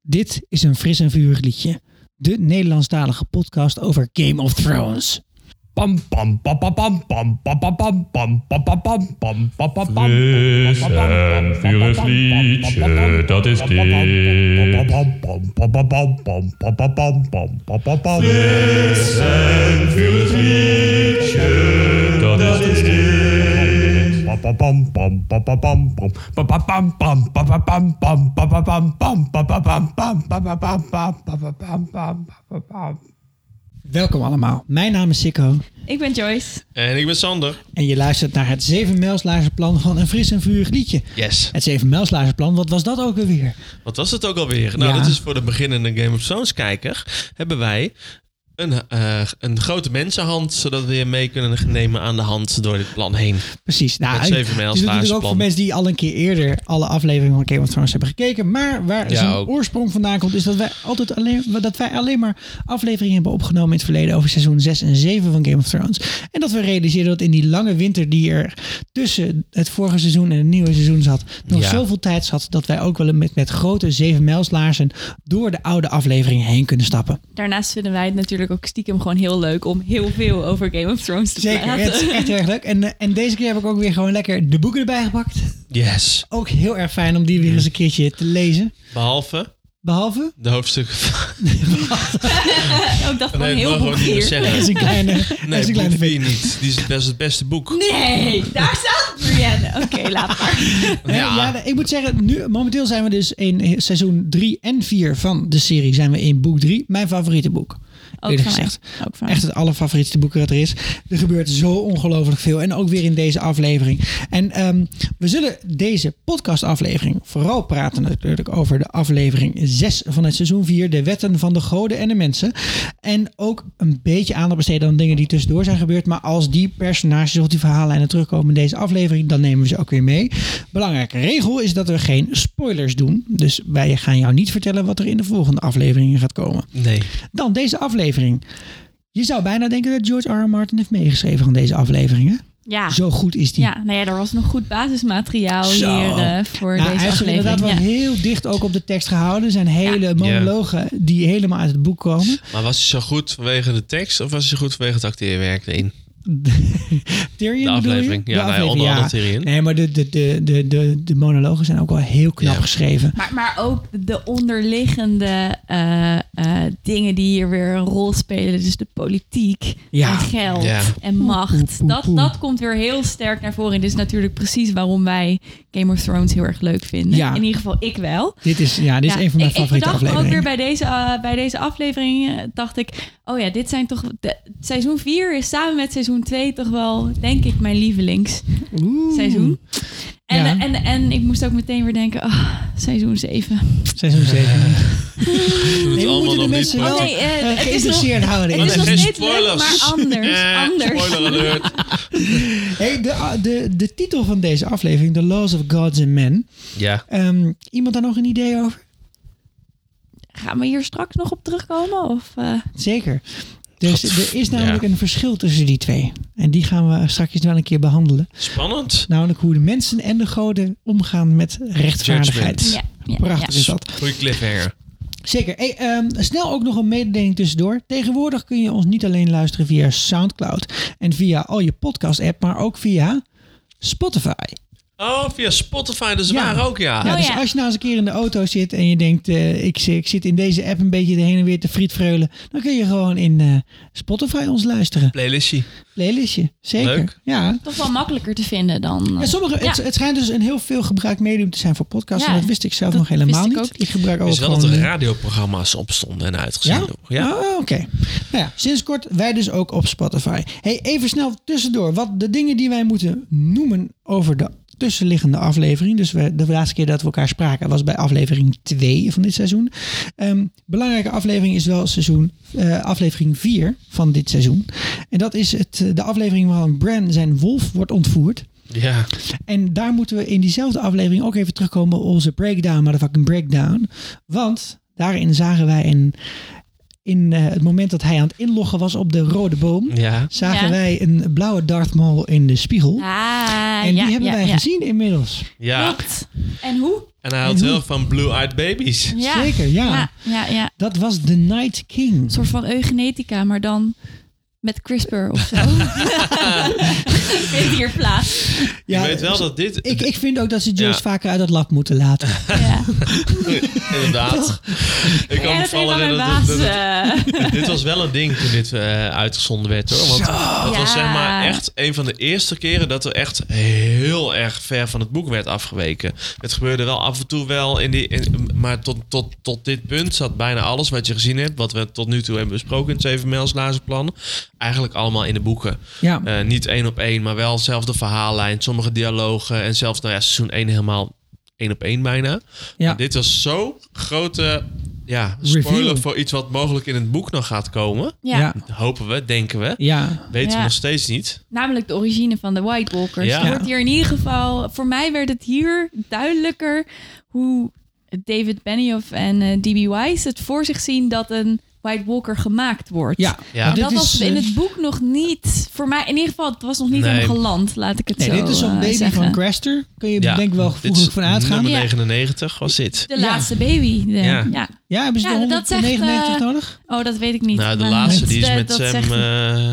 Dit is een fris en vuur liedje. De Nederlandstalige podcast over Game of Thrones. Pam pam pam pam pam pam pam pam pam pam pam pam pam pam pam pam pam Fris en vurig liedje, dat is dit. Fris en vurig liedje, dat is dit. Welkom allemaal. Mijn naam is Sikko Ik ben Joyce. En ik ben Sander. en je luistert naar het Zevenmijlslaarzenplan van een fris en vurig liedje. Yes. Het Zevenmijlslaarzenplan, wat was dat ook alweer? Wat was het ook alweer? Nou, Ja. dat is voor de beginnende Game of Thrones kijker. Hebben wij een, eh, een grote mensenhand, zodat we je mee kunnen nemen aan de hand door dit plan heen. Precies. Nou, Het Zevenmijlslaarzenplan. Dit is natuurlijk ook voor mensen die al een keer eerder alle afleveringen van Game of Thrones hebben gekeken. Maar waar Ja, zijn ook. oorsprong vandaan komt, is dat wij, altijd alleen, dat wij alleen maar afleveringen hebben opgenomen in het verleden over seizoen 6 en 7 van Game of Thrones. En dat we realiseerden dat in die lange winter die er tussen het vorige seizoen en het nieuwe seizoen zat, nog Ja. zoveel tijd zat dat wij ook wel met, met grote zevenmijlslaarzen door de oude afleveringen heen kunnen stappen. Daarnaast vinden wij het natuurlijk ook stiekem gewoon heel leuk om heel veel over Game of Thrones te Zeker, praten. het is echt heel erg leuk. En, eh, en deze keer heb ik ook weer gewoon lekker de boeken erbij gepakt. Yes. Ook heel erg fijn om die weer eens een keertje te lezen. Behalve Behalve, de hoofdstukken van... Ook dat gewoon heel dat veel mag ik niet meer hier. dat is zeggen. een kleine, dat is Nee, een boek kleine vier vink. niet. Die is best het beste boek. Nee, daar staat Brienne. Oké, laat maar. Hè, Ja. ik moet zeggen, nu, momenteel zijn we dus in seizoen 3 en 4 van de serie. Zijn we in boek 3, mijn favoriete boek. Ook Eerlijk van mij. gezegd. Ook van mij. Echt het allerfavorietste boek dat er is. Er gebeurt zo ongelooflijk veel. En ook weer in deze aflevering. En ehm, we zullen deze podcastaflevering vooral praten natuurlijk over de aflevering 6 van het seizoen 4. De wetten van de goden en de mensen. En ook een beetje aandacht besteden aan dingen die tussendoor zijn gebeurd. Maar als die personages of die verhalen terugkomen in deze aflevering, dan nemen we ze ook weer mee. Belangrijke regel is dat we geen spoilers doen. Dus wij gaan jou niet vertellen wat er in de volgende afleveringen gaat komen. Nee. Dan deze aflevering. Je zou bijna denken dat George R. R. Martin heeft meegeschreven aan deze afleveringen. Ja. Zo goed is die. Ah. Ja, nou ja, er was nog goed basismateriaal Zo. hier eh, voor Nou, hij deze heeft zich aflevering. inderdaad wel Ja. heel dicht ook op de tekst gehouden. Er zijn hele monologen die helemaal uit het boek komen. Maar was hij zo goed vanwege de tekst of was hij zo goed vanwege het acteerwerk erin? Tyrion De bedoel je? aflevering. Ja, nou ja, onder andere Tyrion. Nee, maar de, de, de, de, de, de monologen zijn ook wel heel knap Ja. geschreven. Maar, maar ook de onderliggende eh, eh, dingen die hier weer een rol spelen. Dus de politiek Ja. en geld Ja. en macht. poe, poe, dat, poe. dat komt weer heel sterk naar voren. En dit is natuurlijk precies waarom wij Game of Thrones heel erg leuk vinden. Ja. In ieder geval ik wel. Dit is, ja, dit is een van mijn ik, favoriete ik bedacht me ook afleveringen. weer bij deze, eh, bij deze aflevering, eh, dacht ik... Oh ja, dit zijn toch... De, seizoen 4 is samen met seizoen 2 toch wel, denk ik, mijn lievelings Oeh. seizoen. En, Ja. en, en ik moest ook meteen weer denken, ah, seizoen 7. Seizoen 7. Doe Nee, het we allemaal moeten nog de niet. mensen maar- wel nee, eh, eh, het is nog- geïnteresseerd houden. Het Maar is Oh, nee, nog geen steeds leuk, spoilers. maar anders. Eh, anders. Spoiler alert. Hey, de, de, de titel van deze aflevering, The Laws of Gods and Men. Ja. Ehm, iemand daar nog een idee over? Gaan we hier straks nog op terugkomen? Of, eh, Zeker. Dus er is namelijk Ja. een verschil tussen die twee. En die gaan we straks wel een keer behandelen. Spannend. Namelijk hoe de mensen en de goden omgaan met rechtvaardigheid. ja, ja, Prachtig ja. is dat. Goeie cliffhanger. Zeker. Hey, ehm, snel ook nog een mededeling tussendoor. Tegenwoordig kun je ons niet alleen luisteren via Soundcloud en via al je podcast-app, maar ook via Spotify. Oh, via Spotify, dus Ja. waar ook, ja. Ja, Oh dus ja. als je nou eens een keer in de auto zit en je denkt, eh, ik, zi- ik zit in deze app een beetje de heen en weer te frietvreullen, dan kun je gewoon in eh, Spotify ons luisteren. Playlistje. Playlistje, zeker. Leuk. Ah. Ja. Toch wel makkelijker te vinden dan... eh, En sommige, het, Ja. het schijnt dus een heel veel gebruikt medium te zijn voor podcasts. Ja, en dat wist ik zelf dat nog helemaal wist ik niet. ook Ik gebruik ook Is wel gewoon... dat er eh, radioprogramma's op stonden en uitgezonden. worden. Ja? Oh, oké. Nou ja, sinds kort wij dus ook op Spotify. Hey, even snel tussendoor. Wat de dingen die wij moeten noemen over de tussenliggende aflevering. Dus we, de laatste keer dat we elkaar spraken was bij aflevering 2 van dit seizoen. Ehm, belangrijke aflevering is wel seizoen, eh, aflevering 4 van dit seizoen. En dat is het, eh, de aflevering waarin Bran zijn wolf wordt ontvoerd. Ja. En daar moeten we in diezelfde aflevering ook even terugkomen op onze breakdown, motherfucking breakdown. Want daarin zagen wij in, in eh, het moment dat hij aan het inloggen was op de rode boom, Ja. zagen Ja. wij een blauwe Darth Maul in de spiegel. ah, en ja, die hebben ja, wij ja. gezien inmiddels. Ja. Klopt. En hoe? En hij houdt En hoe? heel erg van blue-eyed babies. Ja. Zeker, ja. Ja, ja, ja. Dat was The Night King. Een soort van eugenetica, maar dan met CRISPR of zo. ik vind hier plaats. ik weet wel dat dit... Ik, ik vind ook dat ze Jules Ja. vaker uit dat lab moeten laten. Ja. Inderdaad. ik Ja, kan me dat vooral van mijn herinneren baas. dat- dat- dat- eh, dit was wel een ding toen dit eh, uitgezonden werd hoor. Want dat was Ja. zeg maar echt een van de eerste keren dat er echt heel erg ver van het boek werd afgeweken. Het gebeurde wel af en toe wel in die. in- maar tot, tot, tot dit punt zat bijna alles wat je gezien hebt, wat we tot nu toe hebben besproken in het 7 Mijls Lazenplan, eigenlijk allemaal in de boeken. Ja. Eh, niet één op één, maar wel zelfde verhaallijn, sommige dialogen en zelfs nou ja, seizoen 1 helemaal één op één bijna. ja. Dit was zo'n grote ja, Reveal. spoiler voor iets wat mogelijk in het boek nog gaat komen. ja. Ja. Hopen we, denken we. Ja. Weten we Ja. nog steeds niet. namelijk de origine van de White Walkers. Ja. Het wordt hier in ieder geval... Voor mij werd het hier duidelijker hoe David Benioff en eh, D.B. Weiss het voor zich zien dat een White Walker gemaakt wordt. Ja. Ja. Maar Dat dit was is, in eh, het boek nog niet... Voor mij in ieder geval, het was nog niet Nee. helemaal geland, laat ik het Nee, zo dit is zo'n eh, baby zeggen. van Craster. Kun je Ja, denk ik wel dit vroeger is van uitgaan. Nummer Ja. 99 was dit. De Ja. laatste baby. de- Ja. ja. Ja, hebben ze Ja, de dat zegt, 199 eh, nodig? Oh, dat weet ik niet. nou, de maar laatste dat- die is dat- met dat Sam zegt- eh,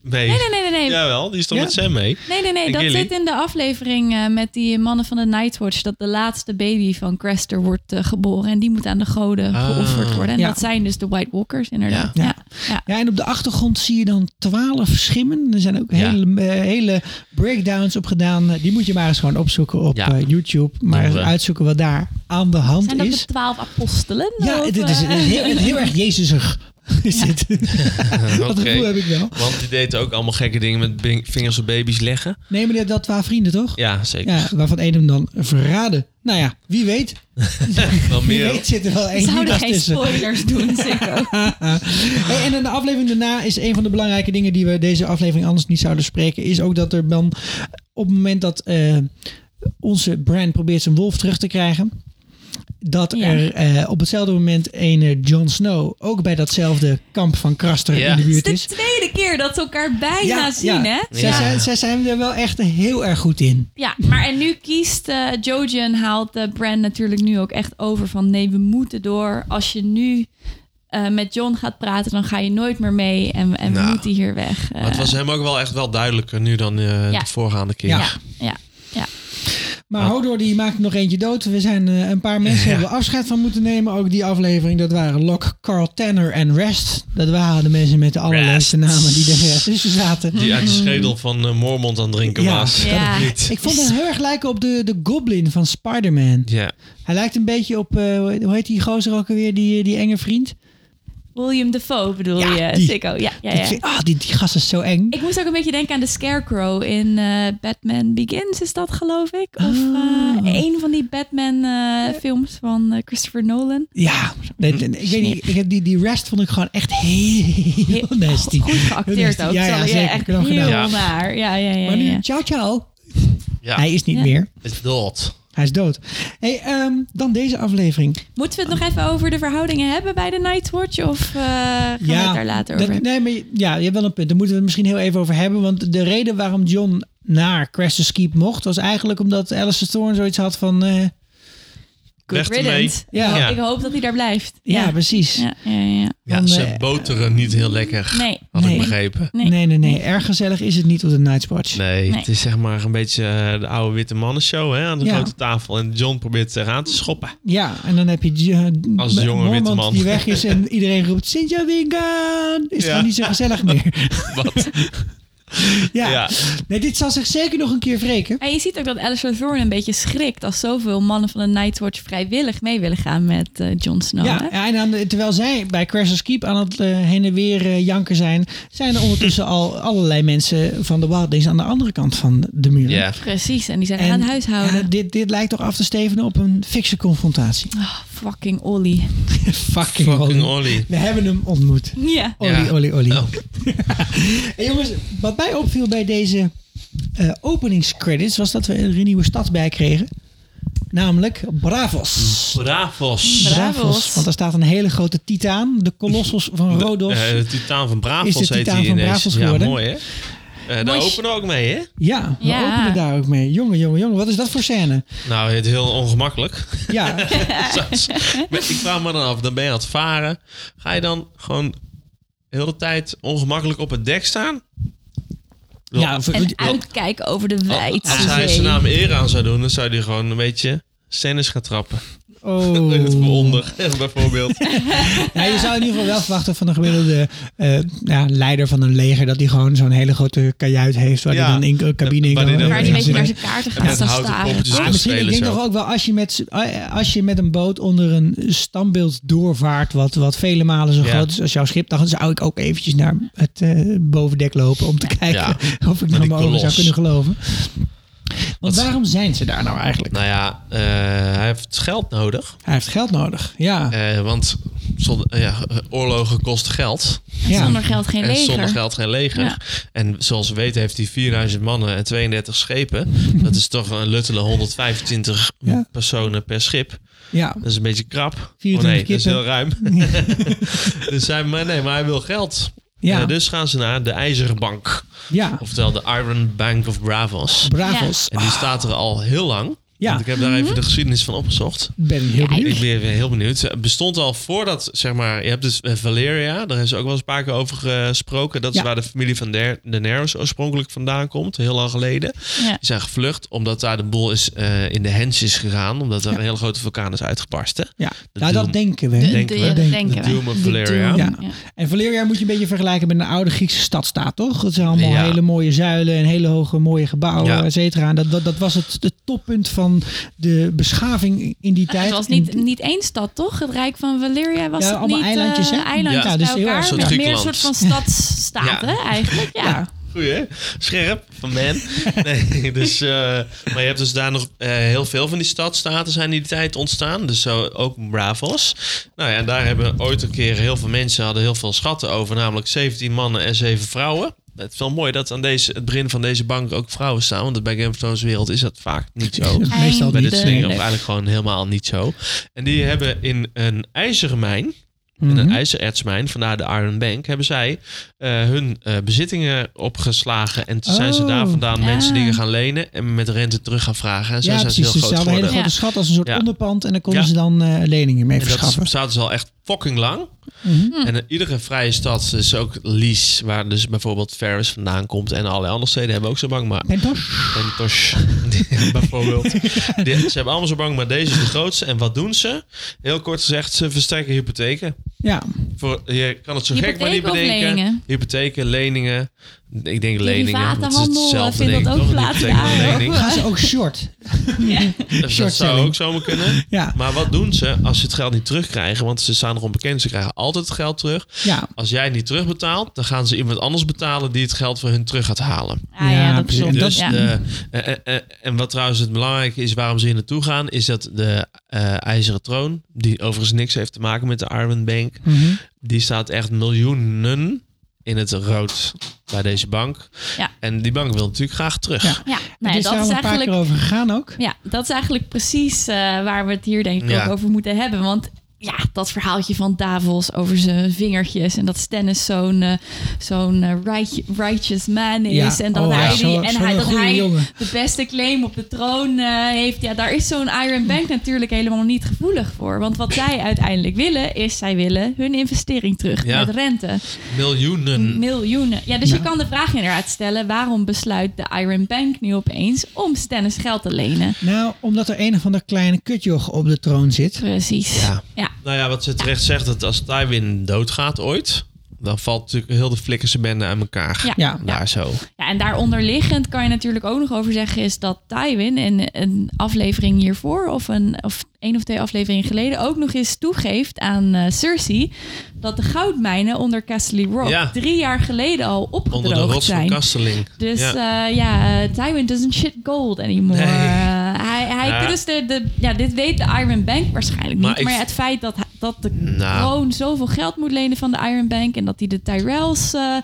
mee. Nee, nee, nee, nee. nee. Jawel, die is toch Ja. met Sam mee. Nee, nee, nee. En Dat Gilly? zit in de aflevering eh, met die mannen van de Nightwatch. Dat de laatste baby van Craster wordt eh, geboren. En die moet aan de goden Ah. geofferd worden. En Ja. dat zijn dus de White Walkers, inderdaad. Ja. Ja. Ja. Ja. Ja, en op de achtergrond zie je dan 12 schimmen. Er zijn ook Ja. hele, eh, hele breakdowns op gedaan. Eh, Die moet je maar eens gewoon opzoeken op Ja. eh, YouTube. Maar Doen eens we. uitzoeken wat daar aan de hand Zijn dat is. de twaalf apostelen? Ja, Of, het is, het eh, is heel, het is heel erg Jezusig. Is dit. Oké. Dat gevoel heb ik wel. Want die deed ook allemaal gekke dingen met bing- vingers op baby's leggen. Nee, maar die had wel twaalf vrienden, toch? Ja, zeker. Ja, waarvan één hem dan verraden. Nou ja, wie weet. Wel Wie meer. weet zit er wel één Ze houden Judas geen tussen. spoilers doen, zeker. Hey, en in de aflevering daarna is een van de belangrijke dingen die we deze aflevering anders niet zouden spreken, is ook dat er dan op het moment dat eh, onze brand probeert zijn wolf terug te krijgen, dat Ja. er eh, op hetzelfde moment een eh, Jon Snow ook bij datzelfde kamp van Kraster Ja. in de Het buurt is is. de tweede keer dat ze elkaar bijna zien, hè? Zij, Ja. Zijn, zij zijn er wel echt heel erg goed in. Ja, maar en nu kiest eh Jojen haalt de brand natuurlijk nu ook echt over van nee, we moeten door. Als je nu eh, met John gaat praten, dan ga je nooit meer mee en, en Nou, we moeten hier weg. Eh, Maar het was hem ook wel echt wel duidelijker nu dan eh, Ja. de voorgaande keer. Ja. ja, ja, ja. Maar Ah. Hodor die maakt er nog eentje dood. We zijn eh, een paar mensen hebben we afscheid van moeten nemen. Ook die aflevering, dat waren Locke, Carl Tanner en Rest. Dat waren de mensen met de allerleukste Rest. namen die er eh, tussen zaten. Die uit de schedel van eh, Mormont aan het drinken Ja. was. Ja. Dat niet. Ik vond hem heel erg lijken op de, de Goblin van Spider-Man. Ja. Hij lijkt een beetje op, eh, hoe heet die gozer ook alweer, die, eh, die enge vriend? William Defoe bedoel Ja, je, die. Sikko. Ja, ja, Ik ja. vind, ah, die, die gast is zo eng. Ik moest ook een beetje denken aan de Scarecrow in eh, Batman Begins, is dat geloof ik? Of eh, Oh. een van die Batman-films van eh, Christopher Nolan. Ja, nee, Hm. nee, ik weet niet, ik heb die, die Rest vond ik gewoon echt heel Heel- nasty. Goed geacteerd Ja, ook. ja, sorry, zeker. Echt Knap heel gedaan. Ja. naar. Ja, ja, ja. Maar ja. nu, ciao ciao. ja. Hij is niet Ja. meer. Het is dood. Hij is dood. Hey, ehm, dan deze aflevering. Moeten we het nog even over de verhoudingen hebben bij de Nightwatch? Of eh, gaan we het daar later over dat- hebben? nee, maar je- ja, je hebt wel een punt. Daar moeten we het misschien heel even over hebben. Want de reden waarom John naar Craster's Keep mocht... was eigenlijk omdat Alistair Thorne zoiets had van... eh, Weg ermee. riddance. Ja. Ja. Ik hoop dat hij daar blijft. ja, Ja, precies. ja, ja, ja. Ja, Dan, ze eh, boteren niet heel lekker. Nee. Had Nee. ik begrepen. Nee. Nee, nee, nee. Erg gezellig is het niet op de Night's Watch. Nee, Nee. het is zeg maar een beetje eh, de oude witte mannenshow hè, aan de Ja. grote tafel. En John probeert het eraan te schoppen. Ja, en dan heb je eh, Als jonge witte Mormont man. die weg is en iedereen roept... Cynthia Wingan! Is Ja. gewoon niet zo gezellig meer. Wat? ja. Ja. Nee, dit zal zich zeker nog een keer wreken. En je ziet ook dat Alistair Thorne een beetje schrikt als zoveel mannen van de Nightwatch vrijwillig mee willen gaan met eh, Jon Snow. hè? Ja, en aan de- terwijl zij bij Crashers Keep aan het eh, heen en weer eh, janken zijn, zijn er ondertussen al allerlei mensen van de Wildlings aan de andere kant van de muur. Ja. Precies, en die zijn En, aan huishouden. ja, dit, dit lijkt toch af te stevenen op een fikse confrontatie. Ah, fucking Olly. Fucking, Fucking Ollie. Olly. We hebben hem ontmoet. Ja. Olly, Ja. Olly, Olly. Oh. En jongens, wat mij opviel bij deze eh, openingscredits was dat we er een nieuwe stad bij kregen. Namelijk Bravos. Bravos. Bravos. Want daar staat een hele grote titaan. De kolossos van Rodos. Eh, de titaan van Is de Bravos heet titaan hij van ineens. Bravos ja, geworden? mooi hè? Eh, daar Mooi sh- openen we ook mee, hè? Ja, we Ja. openen daar ook mee. Jongen, jongen, jongen. Wat is dat voor scène? Nou, het heel ongemakkelijk. Ja, Zat. Maar ik vraag me dan af, dan ben je aan het varen. Ga je dan gewoon de hele tijd ongemakkelijk op het dek staan? ja voor- En uitkijken over de wijd. Als hij nou- zijn naam eer aan zou doen, dan zou hij gewoon een beetje scènes gaan trappen. oh. In het onder, bijvoorbeeld. Nou, je zou in ieder geval wel verwachten van een gemiddelde eh, ja, leider van een leger... dat hij gewoon zo'n hele grote kajuit heeft... waar Ja. hij dan in eh, cabine in Waar kan. die dan- Ja, Waar die een beetje ja. naar zijn kaarten En gaat met staan houten staren. poppetjes Ah, kan misschien, ik spelen denk zo. toch ook wel als je, met, als je met een boot onder een standbeeld doorvaart, wat, wat vele malen zo Ja. groot is als jouw schip, dan zou ik ook eventjes naar het eh, bovendek lopen om te kijken Ja. of ik die nog mijn ogen zou kolos. kunnen geloven. Want Dat- waarom zijn ze daar nou eigenlijk? Nou ja, eh, hij heeft geld nodig. Hij heeft geld nodig. Ja, Eh, want zonder, eh, ja, oorlogen kosten geld. ja. Zonder geld geen En zonder leger. geld geen leger. Ja. En zoals we weten heeft hij 4000 mannen en 32 schepen. Dat is toch een luttele 125 Ja. personen per schip. ja. Dat is een beetje krap. Oh 24 nee, dat is kippen. heel ruim. dus hij, maar nee, maar hij wil geld. Ja. Eh, dus gaan ze naar de IJzeren Bank. ja. Oftewel de Iron Bank of Bravos. Bravos. En die staat er al heel lang. Ah. Ja. Mhm. Want ik heb daar even de geschiedenis van opgezocht. Ben ik heel Ik benieuwd. ben weer heel benieuwd. Het bestond al voordat, zeg maar, je hebt dus eh, Valeria, daar is ook wel eens een paar keer over gesproken. Dat is Ja. waar de familie van Der- de Neros oorspronkelijk vandaan komt, heel lang geleden. Ja. Die zijn gevlucht omdat daar de boel is, eh, in de hens is gegaan, omdat daar een hele grote vulkaan is uitgebarsten. Ja. Nou, doel- dat denken we. De- hè? denken de- we. dat De denken we. Doom of De Valeria. Doom, Ja. En Valeria moet je een beetje vergelijken met een oude Griekse stadstaat, toch? Dat zijn allemaal Ja. hele mooie zuilen en hele hoge mooie gebouwen, Ja. et cetera. En Dat, dat, dat was het, het toppunt van de beschaving in die tijd. Het was niet, niet één stad, toch? Het Rijk van Valeria was Ja, het allemaal niet, eilandjes, hè? eh, eilandjes Ja, dus bij heel erg elkaar. zo'n Met meer een Griekenland. soort van stadsstaten Ja. eigenlijk. Ja. Ja. Goeie, hè? scherp van man. Nee, dus, eh, maar je hebt dus daar nog eh, heel veel van die stadstaten zijn in die tijd ontstaan. Dus zo ook Bravos. Nou ja, en daar hebben ooit een keer heel veel mensen hadden heel veel schatten over. Namelijk 17 mannen en 7 vrouwen. Het is wel mooi dat aan deze, het begin van deze bank ook vrouwen staan. Want bij Game of Thrones wereld is dat vaak niet zo. Dat is meestal Bij niet. dit soort dingen, of Nee. eigenlijk gewoon helemaal niet zo. En die hebben in een ijzeren mijn eh, in Mhm. een ijzerertsmijn, vandaar de Iron Bank, hebben zij eh, hun eh, bezittingen opgeslagen. En toen zijn ze Oh. daar vandaan Ja. mensen dingen gaan lenen en met rente terug gaan vragen. En zo Ja, zijn ze heel precies. Dus ze groot hadden een hele geworden. grote Ja. schat als een soort Ja. onderpand. En daar konden Ja. ze dan eh, leningen mee En dat verschaffen. Mhm. bestaat dus al echt fucking lang. En eh, iedere vrije stad, dus ook Lies, waar dus bijvoorbeeld Ferris vandaan komt en allerlei andere steden hebben ook zo'n bank. Maar Pentos? Pentos bijvoorbeeld. Die- ze hebben allemaal zo'n bank, maar deze is de grootste. En wat doen ze? Heel kort gezegd, ze verstrekken hypotheken. Ja. Voor, je kan het zo gek maar niet Hypotheken of bedenken. leningen? Hypotheken, leningen. Ik denk leningen. want Het is Derivatenhandel, hetzelfde vind denk ik eh, dat toch. ook Een laten hypotheek en daar. lening. Gaan ze ook short? Dus dat zou Shortselling. ook zomaar kunnen. Ja. Maar wat doen ze als ze het geld niet terugkrijgen? Want ze staan erom bekend. Ze krijgen altijd het geld terug. Ja. Als jij niet terugbetaalt, dan gaan ze iemand anders betalen die het geld voor hun terug gaat halen. Ah, ja, Ja, dat precies. klopt. En dat- Dus ja. de- eh, eh, eh, en wat trouwens het belangrijke is waarom ze hier naartoe gaan, is dat de eh, IJzeren Troon, die overigens niks heeft te maken met de Arwen Bank, Mhm. die staat echt miljoenen in het rood bij deze bank. Ja. En die bank wil natuurlijk graag terug. Ja. ja, het nou, ja, is daar dat al is een paar eigenlijk keer over gegaan ook. Ja, dat is eigenlijk precies eh, waar we het hier denk ik Ja. ook over moeten hebben. Want ja, dat verhaaltje van Davos over zijn vingertjes en dat Stennis zo'n eh, zo'n eh, right- righteous man is. Ja. En dat Oh, hij, ja. die- Zo- en zo'n hij, dat goeie hij jongen. de beste claim op de troon eh, heeft. Ja, daar is zo'n Iron Bank natuurlijk helemaal niet gevoelig voor. Want wat zij uiteindelijk willen, is zij willen hun investering terug Ja. Mm. met rente. Miljoenen. Miljoenen. Ja, dus je kan de vraag inderdaad stellen: waarom besluit de Iron Bank nu opeens om Stennis geld te lenen? Nou, omdat er een of ander kleine kutjoch op de troon zit. Precies. Ja. Ja. Nou ja, wat ze terecht zegt, dat als Tywin doodgaat ooit, dan valt natuurlijk heel de flikkerse bende aan elkaar. Ja. Ja. Daar zo. Ja, en daaronderliggend kan je natuurlijk ook nog over zeggen... is dat Tywin in een aflevering hiervoor... of een of één of twee afleveringen geleden... ook nog eens toegeeft aan eh, Cersei... dat de goudmijnen onder Castle Rock... Ja. drie jaar geleden al Onder de opgedroogd rots van zijn. Kasteling. Dus Ja. ja, ja eh, Tywin doesn't shit gold anymore. Nee. Eh, hij, hij Ja. dus de, de, ja, dit weet de Iron Bank waarschijnlijk Maar niet. ik- maar ja, het feit dat, hij- dat de Nou. kroon zoveel geld moet lenen van de Iron Bank... en dat hij de Tyrells eh,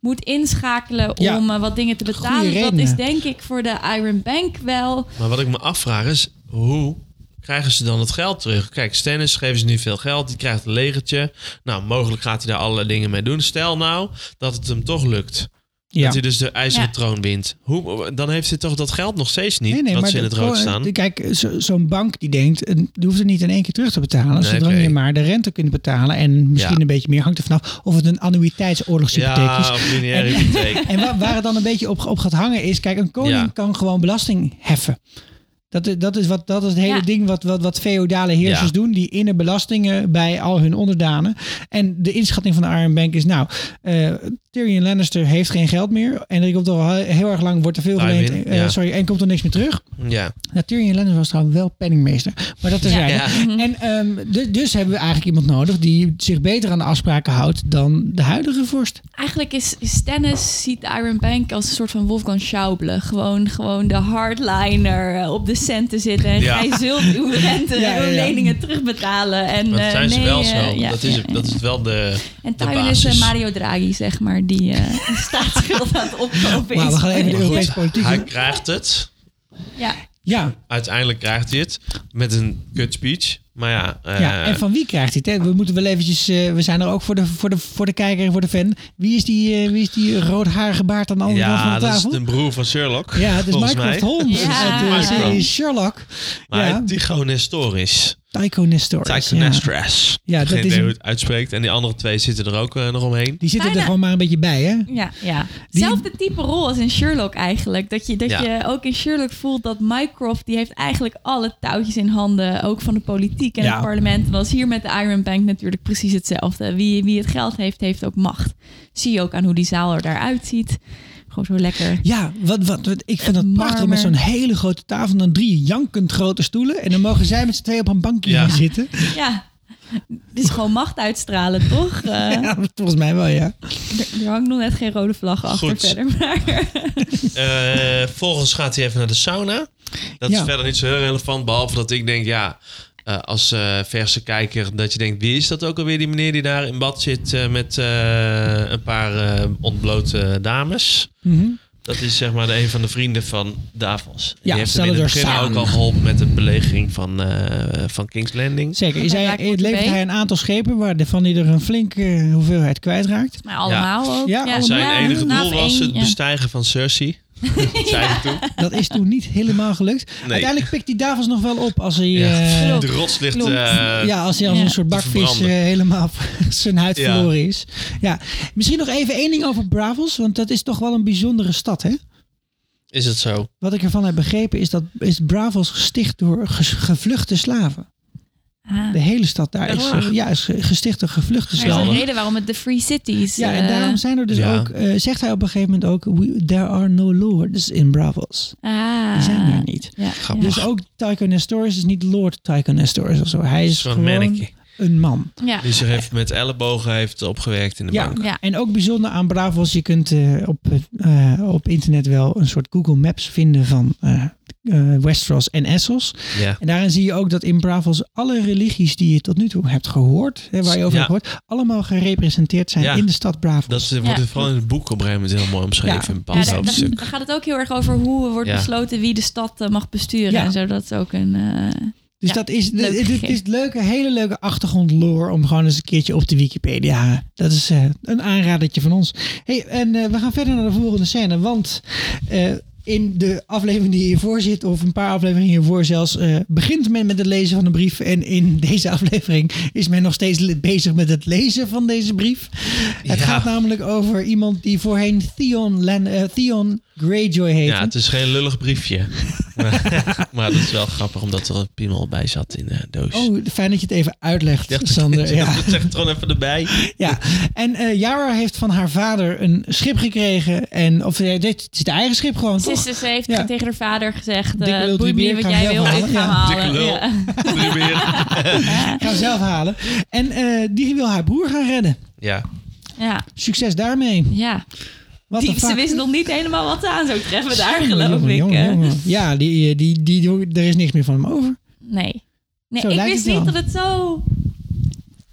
moet inschakelen Ja. om eh, wat dingen te betalen... dat redenen. is denk ik voor de Iron Bank wel... Maar wat ik me afvraag is, hoe krijgen ze dan het geld terug? Kijk, Stennis geven ze nu veel geld, die krijgt een legertje. Nou, mogelijk gaat hij daar allerlei dingen mee doen. Stel nou dat het hem toch lukt. Ja. Dat hij dus de IJzeren Ja. Troon wint. Hoe, dan heeft ze toch dat geld nog steeds niet, Nee, nee, wat maar ze in dat- het rood oh, staan. eh, Kijk, zo- zo'n bank die denkt, eh, die hoeft het niet in één keer terug te betalen. Nee, zodat oké. je maar de rente kunt betalen en misschien Ja. een beetje meer hangt er vanaf of het een annuïteitsoorlogshypotheek Ja, is. of lineaire hypotheek. En waar, waar het dan een beetje op, op gaat hangen is, kijk, een koning Ja. kan gewoon belasting heffen. Dat is, dat is, wat, dat is het hele Ja. ding wat, wat, wat feodale heersers Ja. doen. Die innen belastingen bij al hun onderdanen. En de inschatting van de Iron Bank is nou, eh, Tyrion Lannister heeft geen geld meer. En er komt al he- heel erg lang, wordt er veel Tywin, geleend. eh, ja. Sorry, en komt er niks meer terug. Ja. Nou, Tyrion Lannister was trouwens wel penningmeester. Maar dat is Ja. Ja. En ehm, du- dus hebben we eigenlijk iemand nodig die zich beter aan de afspraken houdt dan de huidige vorst. Eigenlijk is, is Stennis, ziet Iron Bank als een soort van Wolfgang Schauble. Gewoon, gewoon de hardliner eh, op de centen zitten. En Ja. jij zult uw rente, Ja, ja, uw ja. leningen terugbetalen. En, Maar dat eh, zijn ze nee, wel eh, zo. ja, dat, is, ja, ja. dat is wel de, En de Tywin is basis. eh, Mario Draghi, zeg maar, die eh een staatsschuld aan het opkopen Maar is. we gaan even de Maar goed, Europese politiek Hij in. krijgt het. Ja, Ja, Uiteindelijk krijgt hij het. Met een kut speech. Maar ja, eh, ja. en van wie krijgt hij het? hè? We moeten wel eventjes, eh, we zijn er ook voor de, voor, de, voor de kijker en voor de fan. Wie is die, eh, wie is die roodharige baard aan de andere ja, kant van de dat is tafel? de broer van Sherlock. ja, het is volgens Mycroft mij. Holmes. Ja. uit de Mycroft. serie Sherlock. Maar ja, Tycho Nestoris. Tycho Nestor. Tycho ja. Nestoris. Ja, dat Geen is idee een- hoe het uitspreekt. En die andere twee zitten er ook eh, nog omheen. Die zitten er Bijna. gewoon maar een beetje bij, hè? ja, ja. Die- Zelfde type rol als in Sherlock eigenlijk. Dat je, dat Ja. je ook in Sherlock voelt dat Mycroft... die heeft eigenlijk alle touwtjes in handen. Ook van de politiek en Ja. het parlement. En dat is hier met de Iron Bank natuurlijk precies hetzelfde. Wie, wie het geld heeft, heeft ook macht. Zie je ook aan hoe die zaal er daaruit ziet. Gewoon zo lekker. Ja, wat, wat, wat- ik vind dat prachtig met Marmer. zo'n hele grote tafel en dan drie jankend grote stoelen. En dan mogen zij met z'n tweeën op een bankje Ja. gaan zitten. Ja, dus gewoon macht uitstralen, toch? Eh, Ja, volgens mij wel, ja. Er hangt nog net geen rode vlag achter Goed. verder. Maar Eh, Vervolgens gaat hij even naar de sauna. Dat Ja. is verder niet zo heel relevant. Behalve dat ik denk, ja, eh, als eh, verse kijker, dat je denkt, wie is dat ook alweer die meneer die daar in bad zit eh, met eh, een paar eh, ontblote dames? Mhm. Dat is zeg maar de- een van de vrienden van Davos. Ja, die heeft hem in het begin Salador Saan. ook al geholpen met de belegering van, eh, van King's Landing. Zeker. Is Hij hij, raakt het levert mee. hij een aantal schepen waarvan hij er een flinke hoeveelheid kwijtraakt. Maar allemaal ook. Ja, allemaal. Zijn Ja, enige na doel was één, het ja. bestijgen van Cersei. Dat zei hij toen. Dat is toen niet helemaal gelukt. Uiteindelijk pikt hij Davos nog wel op als hij, eh, Ja. ja. De rots ligt... Klopt. eh, als hij als Ja. een soort bakvis eh, verbranden. helemaal zijn huid Ja. verloren is. Ja. Misschien nog even één ding over Bravos, want dat is toch wel een bijzondere stad, hè? Is het zo? Wat ik ervan heb begrepen is dat is Bravos gesticht door ges- gevluchte slaven. Ah. De hele stad daar Echt is, waar? ja, is ge- gesticht door gevluchte Er is slaven. een reden waarom het de Free Cities... Ja, en eh, daarom zijn er dus ja. ook, eh, zegt hij op een gegeven moment ook, "We- there are no lords in Bravos. ah. Die zijn er niet. Ja, Grappig. Dus ook Tycho Nestorius is niet Lord Tycho Nestorius of zo. Hij is Zo'n gewoon manneke. een man. ja. Die zich Dus heeft met ellebogen heeft opgewerkt in de Ja. bank. Ja. En ook bijzonder aan Bravos, je kunt eh, op, eh, op internet wel een soort Google Maps vinden van eh, eh, Westeros en Essos. Ja. En daarin zie je ook dat in Bravos alle religies die je tot nu toe hebt gehoord, hè, waar je over Ja. hebt gehoord, allemaal gerepresenteerd zijn Ja. in de stad Bravos. Dat is- wordt Ja. vooral in het boek op een gegeven moment heel mooi omschreven Ja. in een Ja, bepaald daar, daar- hoofdstuk. daar gaat het ook heel erg over hoe wordt Ja. besloten wie de stad eh, mag besturen Ja. en zo. Dat is ook een... eh, Dus Ja, dat is, leuk dit, dit gegeven. is leuke, hele leuke achtergrondlore om gewoon eens een keertje op de Wikipedia. Dat is eh, een aanradertje van ons. Hey, en eh, we gaan verder naar de volgende scène, want eh, in de aflevering die hiervoor zit, of een paar afleveringen hiervoor zelfs, eh, begint men met het lezen van een brief. En in deze aflevering is men nog steeds li- bezig met het lezen van deze brief. Het Ja. gaat namelijk over iemand die voorheen Theon, Lan- eh, Theon Greyjoy heette. Ja, het is geen lullig briefje. maar, maar dat is wel grappig, omdat er een piemel bij zat in de doos. Oh, fijn dat je het even uitlegt, Ja, Sander. Ja. Dat zegt gewoon even erbij. Ja, en eh Yara heeft van haar vader een schip gekregen. En, of eh, dit het is de eigen schip gewoon, toch? Sister, ze heeft Ja. tegen haar vader gezegd, Dikke eh het lul, die boeit me niet beer, wat ik ga jij wil, hem zelf ik ga hem halen. halen. Dikke lul. Ja. Probeer. Ik ga hem zelf halen. En eh, die wil haar broer gaan redden. Ja, Ja, Succes daarmee. ja. Wat Die, ze wist nog niet helemaal wat ze aan zou treffen daar, geloof ik. eh. Ja, die, eh, die, die, die- er is niks meer van hem over. Nee. Nee, Zo ik lijkt wist het niet wel. dat het zo...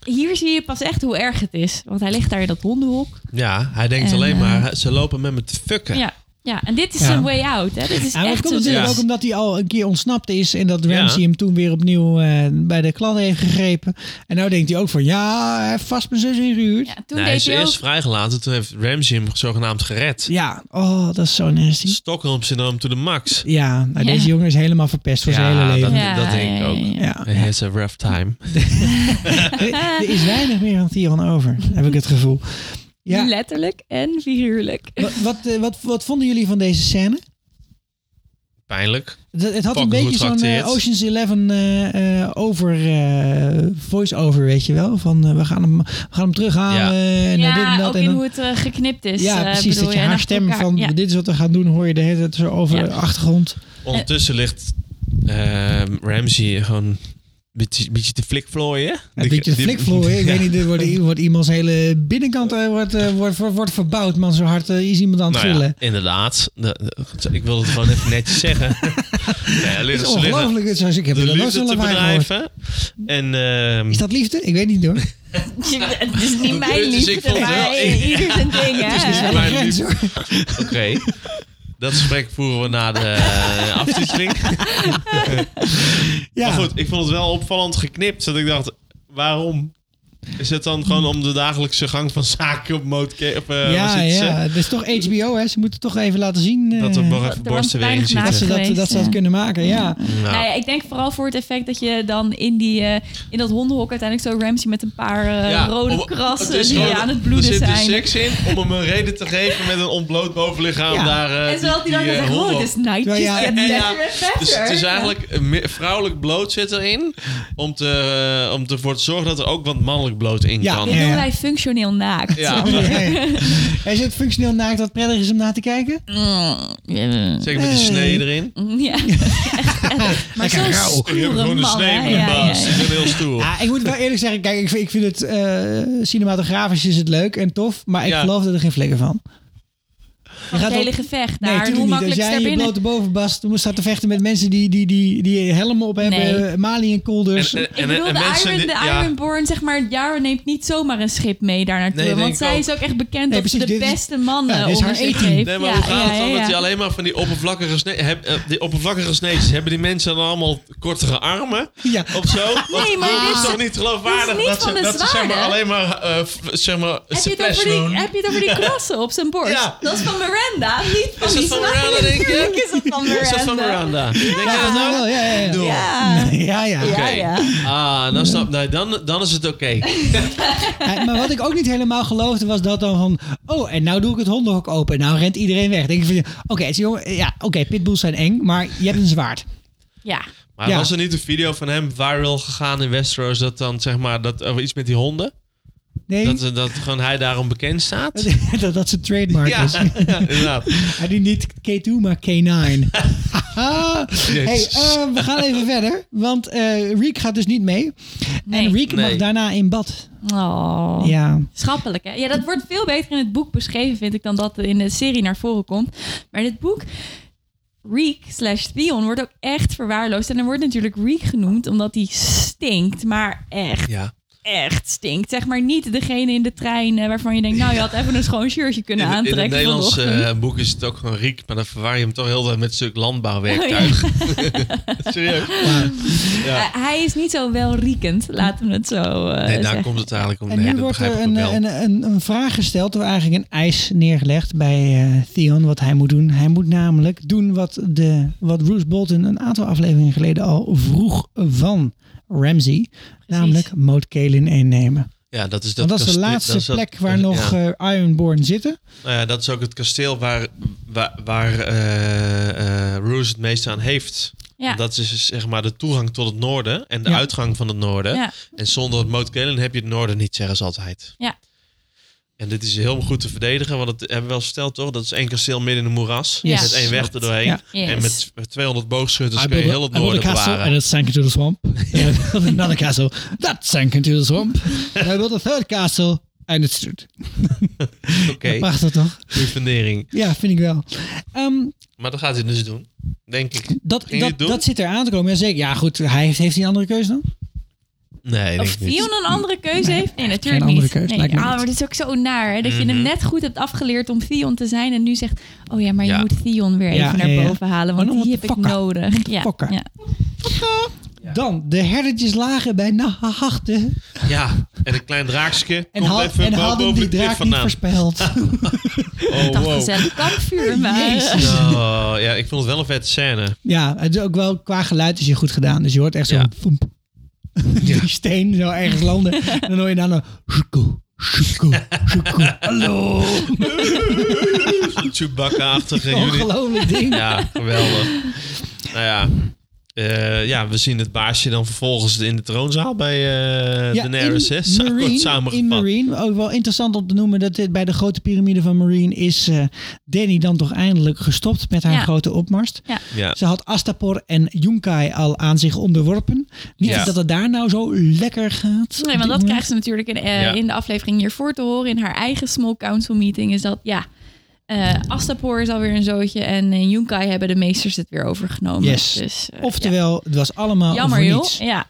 Hier zie je pas echt hoe erg het is. Want hij ligt daar in dat hondenhok. ja hij denkt En, alleen eh, maar, ze lopen met me te fucken. Ja. Ja, en dit is Ja. een way out. Hè? Dit is Ja, maar het echt komt zo'n- natuurlijk Ja. ook omdat hij al een keer ontsnapt is en dat Ja. Ramsey hem toen weer opnieuw eh, bij de klant heeft gegrepen. En nou denkt hij ook van, ja, hij heeft vast mijn zus ingehuurd. Ja, Ja, Nee, toen Nou, hij deed is hij ook... eerst vrijgelaten. Toen heeft Ramsey hem zogenaamd gered. oh, dat is zo nasty. Stockholm-syndroom to the max. Ja, nou, Ja. deze jongen is helemaal verpest voor zijn hele Ja, leven. dat, dat denk ik Ja, ook. ja, ja. Ja. He has a rough time. Er, er is weinig meer aan Tyrion over, heb ik het gevoel. Ja, Letterlijk en figuurlijk. wat, wat, eh, wat, wat vonden jullie van deze scène? Pijnlijk. Dat- Het had een Fucking beetje goed zo'n eh, geacteerd. Ocean's Eleven eh, eh, over eh, voice-over, weet je wel. Van eh, we, gaan hem, we gaan hem terughalen en dan dit en ja, dat. ook en in dan- hoe het eh, geknipt is. ja, eh, precies. bedoel Dat je en haar achter stem elkaar. van Ja. dit is wat we gaan doen, hoor je de hele tijd zo over Ja. de achtergrond. Ondertussen ligt ehm, Ramsey gewoon een beetje, een beetje te flikvlooien. Een beetje de flikvloer. Ik weet niet, er wordt, wordt iemands hele binnenkant eh, wordt, eh, wordt, wordt, wordt verbouwd, man. Zo hard eh, is iemand aan het Nou gillen. ja, inderdaad. De- de- ik wil het gewoon even netjes zeggen. Ja, er Het liggen- is ze liggen ongelooflijk. Het is- Ik heb de er nooit liefde zo'n te lawaai gehoord. bedrijven. En, ehm, Is dat liefde? Ik weet niet hoor. Het Het is niet mijn Dus ik liefde, vond het maar wel- eh, ieder zijn ding. Het is hè? niet is wel mijn een grens, liefde. hoor. Oké. Dat gesprek voeren we na de eh, aftiteling. Ja. Maar goed, ik vond het wel opvallend geknipt. Dat ik dacht, waarom? Is het dan gewoon om de dagelijkse gang van zaken op motorcade? Op, eh, ja, waar zitten ze? ja. Het is toch HBO, hè? Ze moeten toch even laten zien eh, Dat er nog even er borsten was weer in weinig dat, zitten. ze dat, Geweest, dat ze dat ja. kunnen maken. Ja. Nou, Nou ja, ik denk vooral voor het effect dat je dan in, die, eh, in dat hondenhok uiteindelijk zo Ramsey met een paar eh, ja, rode om- krassen is die gewoon- aan het bloeden Er zit zijn. dus seks in om hem een reden te geven met een ontbloot bovenlichaam. Ja. Daar, eh, en zodat hij dan die, eh, zegt, hond oh, op. this night Ja, just ja. get Ja, ja. better and better. Dus het is Ja. eigenlijk een mi- vrouwelijk bloot zit erin. Om, te, eh, om ervoor te zorgen dat er ook wat mannelijk bloot in Ja. kan. Dit noemen Ja. wij functioneel naakt. Ja, Ja. Hij zit functioneel naakt dat prettig is om naar te kijken. Mm, ja. zeker met die snee erin. Ja. maar zo'n rauw. Ik heb stoere gewoon een man. snee hè? met een Ja, ja, baas. ja. Ik ben heel stoer. Ja, ik moet wel eerlijk zeggen, kijk, ik vind, ik vind het eh, cinematografisch is het leuk en tof, maar ik Ja. geloofde er geen vlekken van. Van gaat het ook- hele gevecht Nee, daar. natuurlijk hoe niet. Als makkelijk jij daar je binnen. blote bovenbast moest staat te vechten met mensen die, die, die, die helmen op hebben, Nee. eh, Mali en Kolders. En- en- dus- Ik bedoel, en de, mensen Iron, die- de ja. Ironborn, zeg maar, Jaren neemt niet zomaar een schip mee daar naartoe. Nee, denk want ik zij ook. is ook echt bekend Nee, als precies, de dit is- beste man ja, eh, dit is onder haar zich eten. heeft. Nee, maar hoe gaat het dan dat hij alleen maar van die oppervlakkige snee... Heb, eh, die oppervlakkige sneetjes, hebben die mensen dan allemaal kortere armen? ja. Of zo? Nee, maar dit het is- is toch niet geloofwaardig dit is niet dat, van de ze, dat ze zeg maar zwaarden? alleen maar... eh, f- zeg maar Heb je, het over splash doen? die, heb je het over die krassen op zijn borst? Ja. Dat is van Miranda, niet van Is die dat van zwaai. Miranda, denk je? Natuurlijk is dat van Miranda. Is dat van Miranda? Denk je dat Ja, nou? ja, ja, ja. Doe. Ja. Ja, ja. Oké. Ja, Ah, dan, snap, nou, dan, dan is het oké. Eh, maar wat ik ook niet helemaal geloofde was dat dan van... Oh, en nou doe ik het hondenhok open en nou rent iedereen weg. denk ik van, oké, het is jongen, ja, oké, pitbulls zijn eng, maar je hebt een zwaard. Ja. Maar Ja. was er niet een video van hem viral gegaan in Westeros dat dan zeg maar dat over iets met die honden? Nee, Dat, dat, eh, dat gewoon hij daarom bekend staat? dat, zijn trademark Ja, is. ja, inderdaad. Hij doet niet K2, maar K9. Haha. hey, oh. eh, we gaan even verder, want eh Riek gaat dus niet mee. Nee. En Riek mag Nee. daarna in bad. Oh. Ja. Schappelijk, hè? Ja, dat wordt veel beter in het boek beschreven, vind ik, dan dat in de serie naar voren komt. Maar in het boek, Reek slash Theon wordt ook echt verwaarloosd. En er wordt natuurlijk Reek genoemd, omdat hij stinkt. Maar echt, Ja. echt stinkt. Zeg maar niet degene in de trein eh, waarvan je denkt, nou, je had even een schoon shirtje In, kunnen in aantrekken het Nederlandse vanochtend. eh, boek is het ook gewoon Riek, maar dan verwar je hem toch heel de tijd met een stuk landbouwwerktuig. Oh, Serieus? Ja. Eh, hij is niet zo welriekend, laten we het zo eh, Nee, daar zeggen. komt het eigenlijk om. En Nee, nu dat wordt begrijp er ik een, ook wel. een, een, een vraag gesteld, of eigenlijk een eis neergelegd bij eh, Theon, wat hij moet doen. Hij moet namelijk doen wat, de, wat Bruce Bolton een aantal afleveringen geleden al vroeg van Ramsey. Namelijk Moot Kalin innemen. ja, dat is dat Want dat is de kasteel- laatste dat is dat- plek waar ja. nog eh, Ironborn zitten. Nou ja, dat is ook het kasteel waar, waar, waar eh, eh, Roos het meest aan heeft. Ja. Dat is dus, zeg maar de toegang tot het noorden en de Ja. uitgang van het noorden. Ja. En zonder het Moot Galen heb je het noorden niet, zeggen ze altijd. Ja. En dit is heel goed te verdedigen, want dat hebben we wel eens verteld, toch? Dat is één kasteel midden in een moeras. Ja. Met één weg er doorheen. Ja. Yes. En met 200 boogschutters I kun je built a- heel het I built noorden a castle bewaren. and it sank into the swamp. And I built another castle. That sank into the swamp. And I built a third castle. And it stood. Oké, Prachtig toch? goede fundering. Ja, vind ik wel. Ehm, Maar dat gaat hij dus doen, denk ik. dat, Ging je dat, het doen? dat zit er aan te komen. Ja, zeker. Ja, goed. Hij heeft, heeft hij een andere keuze dan? Nee, Of denk ik niet. Fion een andere keuze heeft? Nee, natuurlijk andere niet. keuze, nee, lijkt me ja, niet. maar dat is ook zo naar. Hè? Dat Mhm. je hem net goed hebt afgeleerd om Fion te zijn. En nu zegt, oh ja, maar je Ja. moet Fion weer Ja, even naar ja, ja. boven halen. Want Oh, dan die moet heb de ik fokker. nodig. Ja, fokker. ja. Dan, de herdertjes lagen bij nachten Ja, en een klein draakje. en, had, en hadden die draak niet voorspeld. Oh, Dacht wow. gezellig kampvuur. Maar, Jezus. Nou, ja, ik vond het wel een vette scène. Ja, het is ook wel qua geluid is je goed gedaan. Dus je hoort echt zo'n Ja. voemp. Die steen zo ergens landen. En dan hoor je dan een... Shuku, shuku, shuku. Hallo. Chewbacca-achtige unit. Ongelooflijk ding. Ja, geweldig. Nou ja. eh, ja, we zien het baasje dan vervolgens in de troonzaal bij eh Ja, Daenerys. in hè? Zo kort Marine, in samengevat. Marine, ook wel interessant om te noemen dat dit bij de grote piramide van Marine is eh, Danny dan toch eindelijk gestopt met haar Ja. grote opmars. Ja. Ze had Astapor en Yunkai al aan zich onderworpen. Niet Ja. dat het daar nou zo lekker gaat. Nee, want dat krijgt ze natuurlijk in, eh, Ja. in de aflevering hiervoor te horen. In haar eigen small council meeting is dat, ja... eh Astapor is alweer een zootje en eh, Yunkai hebben de meesters het weer overgenomen. Yes. Dus, eh, Oftewel, het was allemaal ja. jammer voor joh. niets. Ja,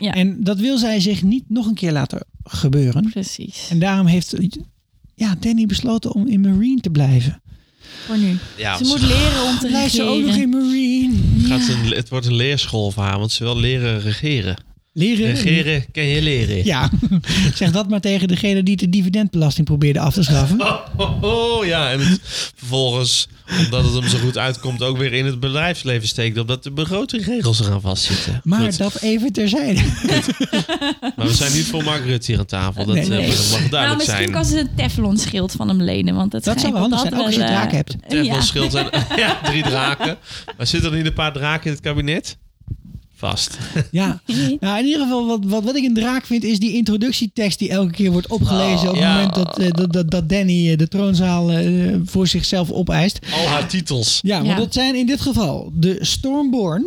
Ja. En dat wil zij zich niet nog een keer laten gebeuren. precies. En daarom heeft ja, Danny besloten om in Marine te blijven. Voor nu. Ja, Ze ze moet leren om te Blijft ze ook nog regeren. in Marine? gaat een, het wordt een leerschool voor haar, want ze wil leren regeren. Leren? Regeren kan je leren. Ja, zeg dat maar tegen degene die de dividendbelasting probeerde af te schaffen. Oh, oh, ja, en het- vervolgens, omdat het hem zo goed uitkomt, ook weer in het bedrijfsleven steekt. Omdat de begrotingregels eraan vastzitten. Maar Goed, dat even terzijde. maar we zijn niet voor Mark Rutte hier aan tafel. Dat Nee, eh, nee. mag duidelijk Nou, misschien zijn. kan ze een Teflon schild van hem lenen. Want dat, Dat zou wel schijnt handig zijn, Oh, ook als je wel, eh, draak hebt. Teflon ja. schild en ja, drie draken. Maar zitten er niet een paar draken in het kabinet? Vast. Ja, Mhm. nou, in ieder geval, wat, wat, wat ik een draak vind, is die introductietekst die elke keer wordt opgelezen op het Oh. ja. moment dat, eh, dat, dat, dat Danny eh, de troonzaal eh, voor zichzelf opeist. Al haar titels. Ja, want Ja. dat zijn in dit geval de Stormborn.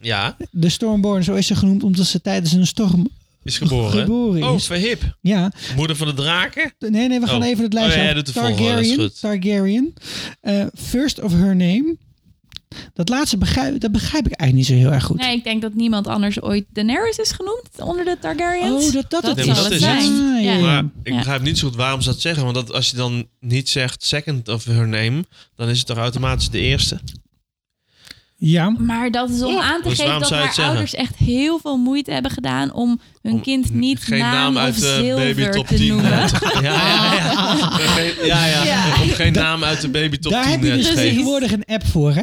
Ja, De Stormborn, zo is ze genoemd, omdat ze tijdens een storm... is geboren. Geboren Oh, is. verhip. Ja, Moeder van de draken. nee, nee, we gaan Oh. even het lijstje Oh, ja, af. ja, doet de volgende, dat is Targaryen, goed. Targaryen. Eh, first of her name. Dat laatste begrijp, dat begrijp ik eigenlijk niet zo heel erg goed. Nee, ik denk dat niemand anders ooit Daenerys is genoemd onder de Targaryens. Oh, dat dat het Nee, zal maar is. dat het is het. zijn. Ah, ja, ja. Ja. Maar ik Ja. begrijp niet zo goed waarom ze dat zeggen. Want dat, als je dan niet zegt second of her name, dan is het toch automatisch de eerste? Ja. Maar dat is om Ja. aan te Dus geven waarom dat zou je haar het zeggen? ouders echt heel veel moeite hebben gedaan om hun Om kind niet Geen naam, naam, uit of de Oh. zilver baby top te 10. noemen. Ja, ja, ja. Geen- ja, ja. Ja. Om geen naam uit de baby top Daar 10 heb je eh, dus te geven. tegenwoordig een app voor, hè?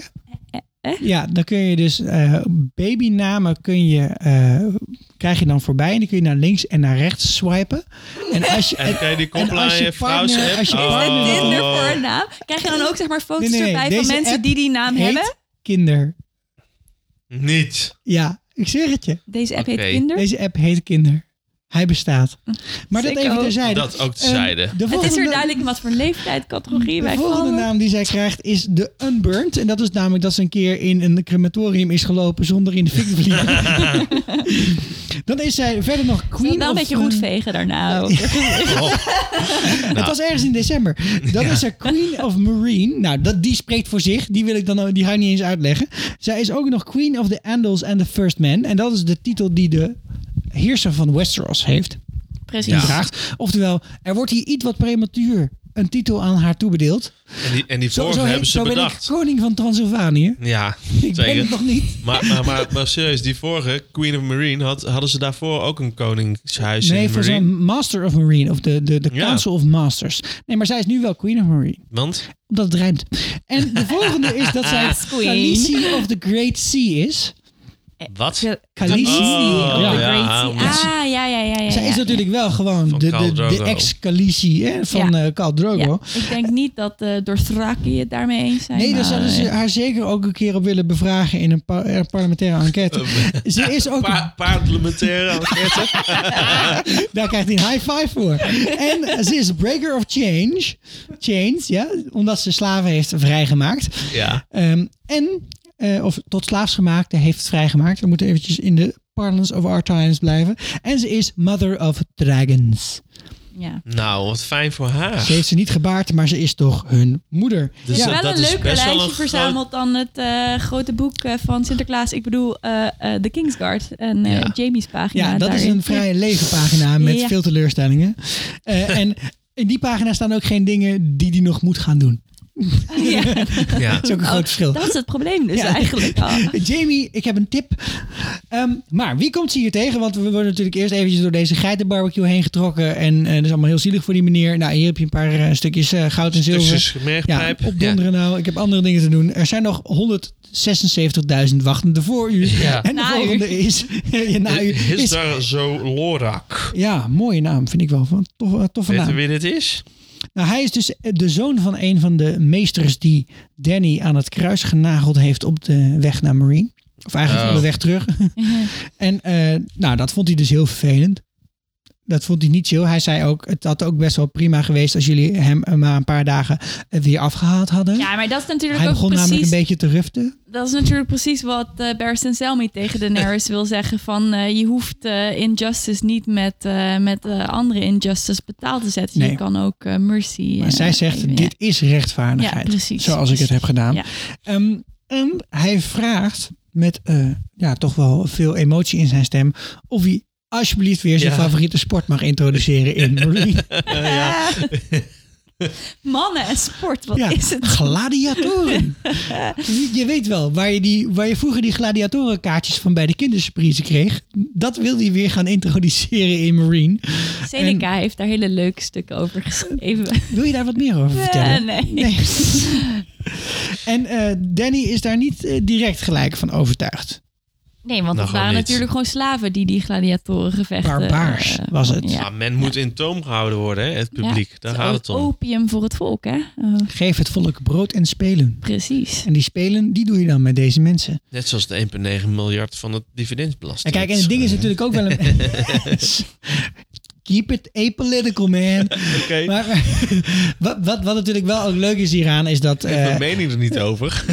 Eh, Ja, dan kun je dus eh, babynamen kun je, eh, krijg je dan voorbij. En die kun je naar links en naar rechts swipen. En als je, En kan je die en koppelen als aan je je vrouw partner- als je- Is Oh. dat Tinder voor een naam? Krijg je dan ook zeg maar foto's Nee, nee, nee. erbij Deze van mensen app die die naam heet hebben? Kinder. Niet. Ja, ik zeg het je. Deze app Oké. heet Kinder. Deze app heet Kinder. Hij bestaat. Maar dat Sicko. even terzijde. Dat ook te Ehm, zijde. de Het is volgende- er duidelijk in wat voor leeftijdcategorie De wij volgende vallen. naam die zij krijgt is de Unburnt. En dat is namelijk dat ze een keer in een crematorium is gelopen zonder in de fik te vliegen. Dan is zij verder nog Ik wil Queen wel een of... beetje goed eh, vegen daarna ook. Nou. Het was ergens in december. Dat is er Queen of Marine. Nou, dat, die spreekt voor zich. Die wil ik dan die ga ik niet eens uitleggen. Zij is ook nog Queen of the Andals and the First Man. En dat is de titel die de heerser van Westeros heeft. Die Precies. draagt. Oftewel, er wordt hier iets wat prematuur een titel aan haar toebedeeld. En die, en die Zo, vorige zo, hebben heet- ze zo ben ik bedacht. koning van Transylvanië. Ja, Ik ben het zeker. nog niet. Maar, maar, maar, maar serieus, die vorige, Queen of Marine, had, hadden ze daarvoor ook een koningshuis Nee, in voor Marine? zijn Master of Marine. Of de, de, de Ja. Council of Masters. Nee, maar zij is nu wel Queen of Marine. Want? Omdat het rijmt. En de volgende is dat zij Yes, queen. Khaleesi of the Great Sea is. Eh, Wat? Khaleesi. Oh, ja. ja, ja, ah, want- ja, ja, ja, ja. ja. Zij is natuurlijk wel gewoon de, Khal de, de Drogo. ex-Khaleesi hè, van eh Khal Ja, Drogo. ik denk niet dat eh Dothraki het daarmee eens zijn. Nee, daar maar, zouden ze eh, haar zeker ook een keer op willen bevragen in een, par- eh, parlementaire enquête. Ze is ook, Pa parlementaire enquête. daar krijgt hij een high five voor. En ze is breaker of change, chains, ja, omdat ze slaven heeft vrijgemaakt. Ja. Ehm, en, eh, of tot slaafsgemaakte heeft vrijgemaakt. We moeten eventjes in de parlance of our times blijven. En ze is mother of dragons. eh, Ja. Nou, wat fijn voor haar. Ze heeft ze niet gebaard, maar ze is toch hun moeder. Dus ja. dat- wel een is leuker best wel lijstje een verzameld dan het eh, grote boek eh, van Sinterklaas. Ik bedoel, eh eh The Kingsguard en eh, Ja. Jamie's pagina. Ja, dat is daarin. een vrij lege pagina met Ja. veel teleurstellingen. Eh, en in die pagina staan ook geen dingen die hij nog moet gaan doen. Ja, Ja. Dat is ook een Oh, groot verschil. dat is het probleem dus Ja. eigenlijk al. Jamie, ik heb een tip. Ehm, maar wie komt ze hier tegen? Want we worden natuurlijk eerst eventjes door deze geitenbarbecue heen getrokken. En eh, dat is allemaal heel zielig voor die meneer. Nou, hier heb je een paar eh, stukjes eh, goud en zilver. Stukjes Ja, gemerkpijp. opdonderen nou. Ik heb andere dingen te doen. Er zijn nog 176.000 wachtende voor u. Ja. En de Na u. volgende is... ja, na u Is Nou, is... daar zo Lorak? Ja, mooie naam vind ik wel. Van, tof, toffe Weet je naam. wie dit is? Nou, hij is dus de zoon van een van de meesters die Danny aan het kruis genageld heeft op de weg naar Marine. Of eigenlijk Oh. op de weg terug. en eh, nou, dat vond hij dus heel vervelend. Dat vond hij niet chill. Hij zei ook, het had ook best wel prima geweest als jullie hem eh, maar een paar dagen eh, weer afgehaald hadden. Ja, maar dat is natuurlijk hij ook begon precies... namelijk een beetje te ruften. Dat is natuurlijk precies wat eh Barristan Selmy tegen Daenerys wil zeggen. Van eh, je hoeft eh, injustice niet met, eh, met eh, andere injustice betaald te zetten. Nee. Je kan ook eh, mercy. Maar eh, zij zegt, geven, ja. dit is rechtvaardigheid. Ja, precies. Zoals ik het heb gedaan. Ja. Ehm, en hij vraagt met eh, ja, toch wel veel emotie in zijn stem... of hij alsjeblieft weer zijn Ja. favoriete sport mag introduceren in Marine. Mannen en sport, wat Ja, is het? gladiatoren. je, je weet wel, waar je, die, waar je vroeger die gladiatorenkaartjes van bij de kindersurprise kreeg... dat wil hij weer gaan introduceren in Marine. Seneca heeft daar hele leuke stukken over geschreven. Wil je daar wat meer over vertellen? Eh, nee. En eh, Danny is daar niet eh, direct gelijk van overtuigd. Nee, want Nou, het gewoon waren niet. natuurlijk gewoon slaven die eh, die gladiatoren gevechten... Barbaars was het. Ja. men moet in toom gehouden worden, hè, het publiek. Daar gaat het om. Opium voor het volk, hè? Eh, Geef het volk brood en spelen. precies. En die spelen, die doe je dan met deze mensen. Net zoals de 1,9 miljard van het En dividendbelasting. kijk, en het ding is natuurlijk ook wel een... Keep it apolitical, man. Oké, Maar, wat, wat, wat natuurlijk wel ook leuk is hieraan, is dat... ik heb eh, mijn mening er niet over.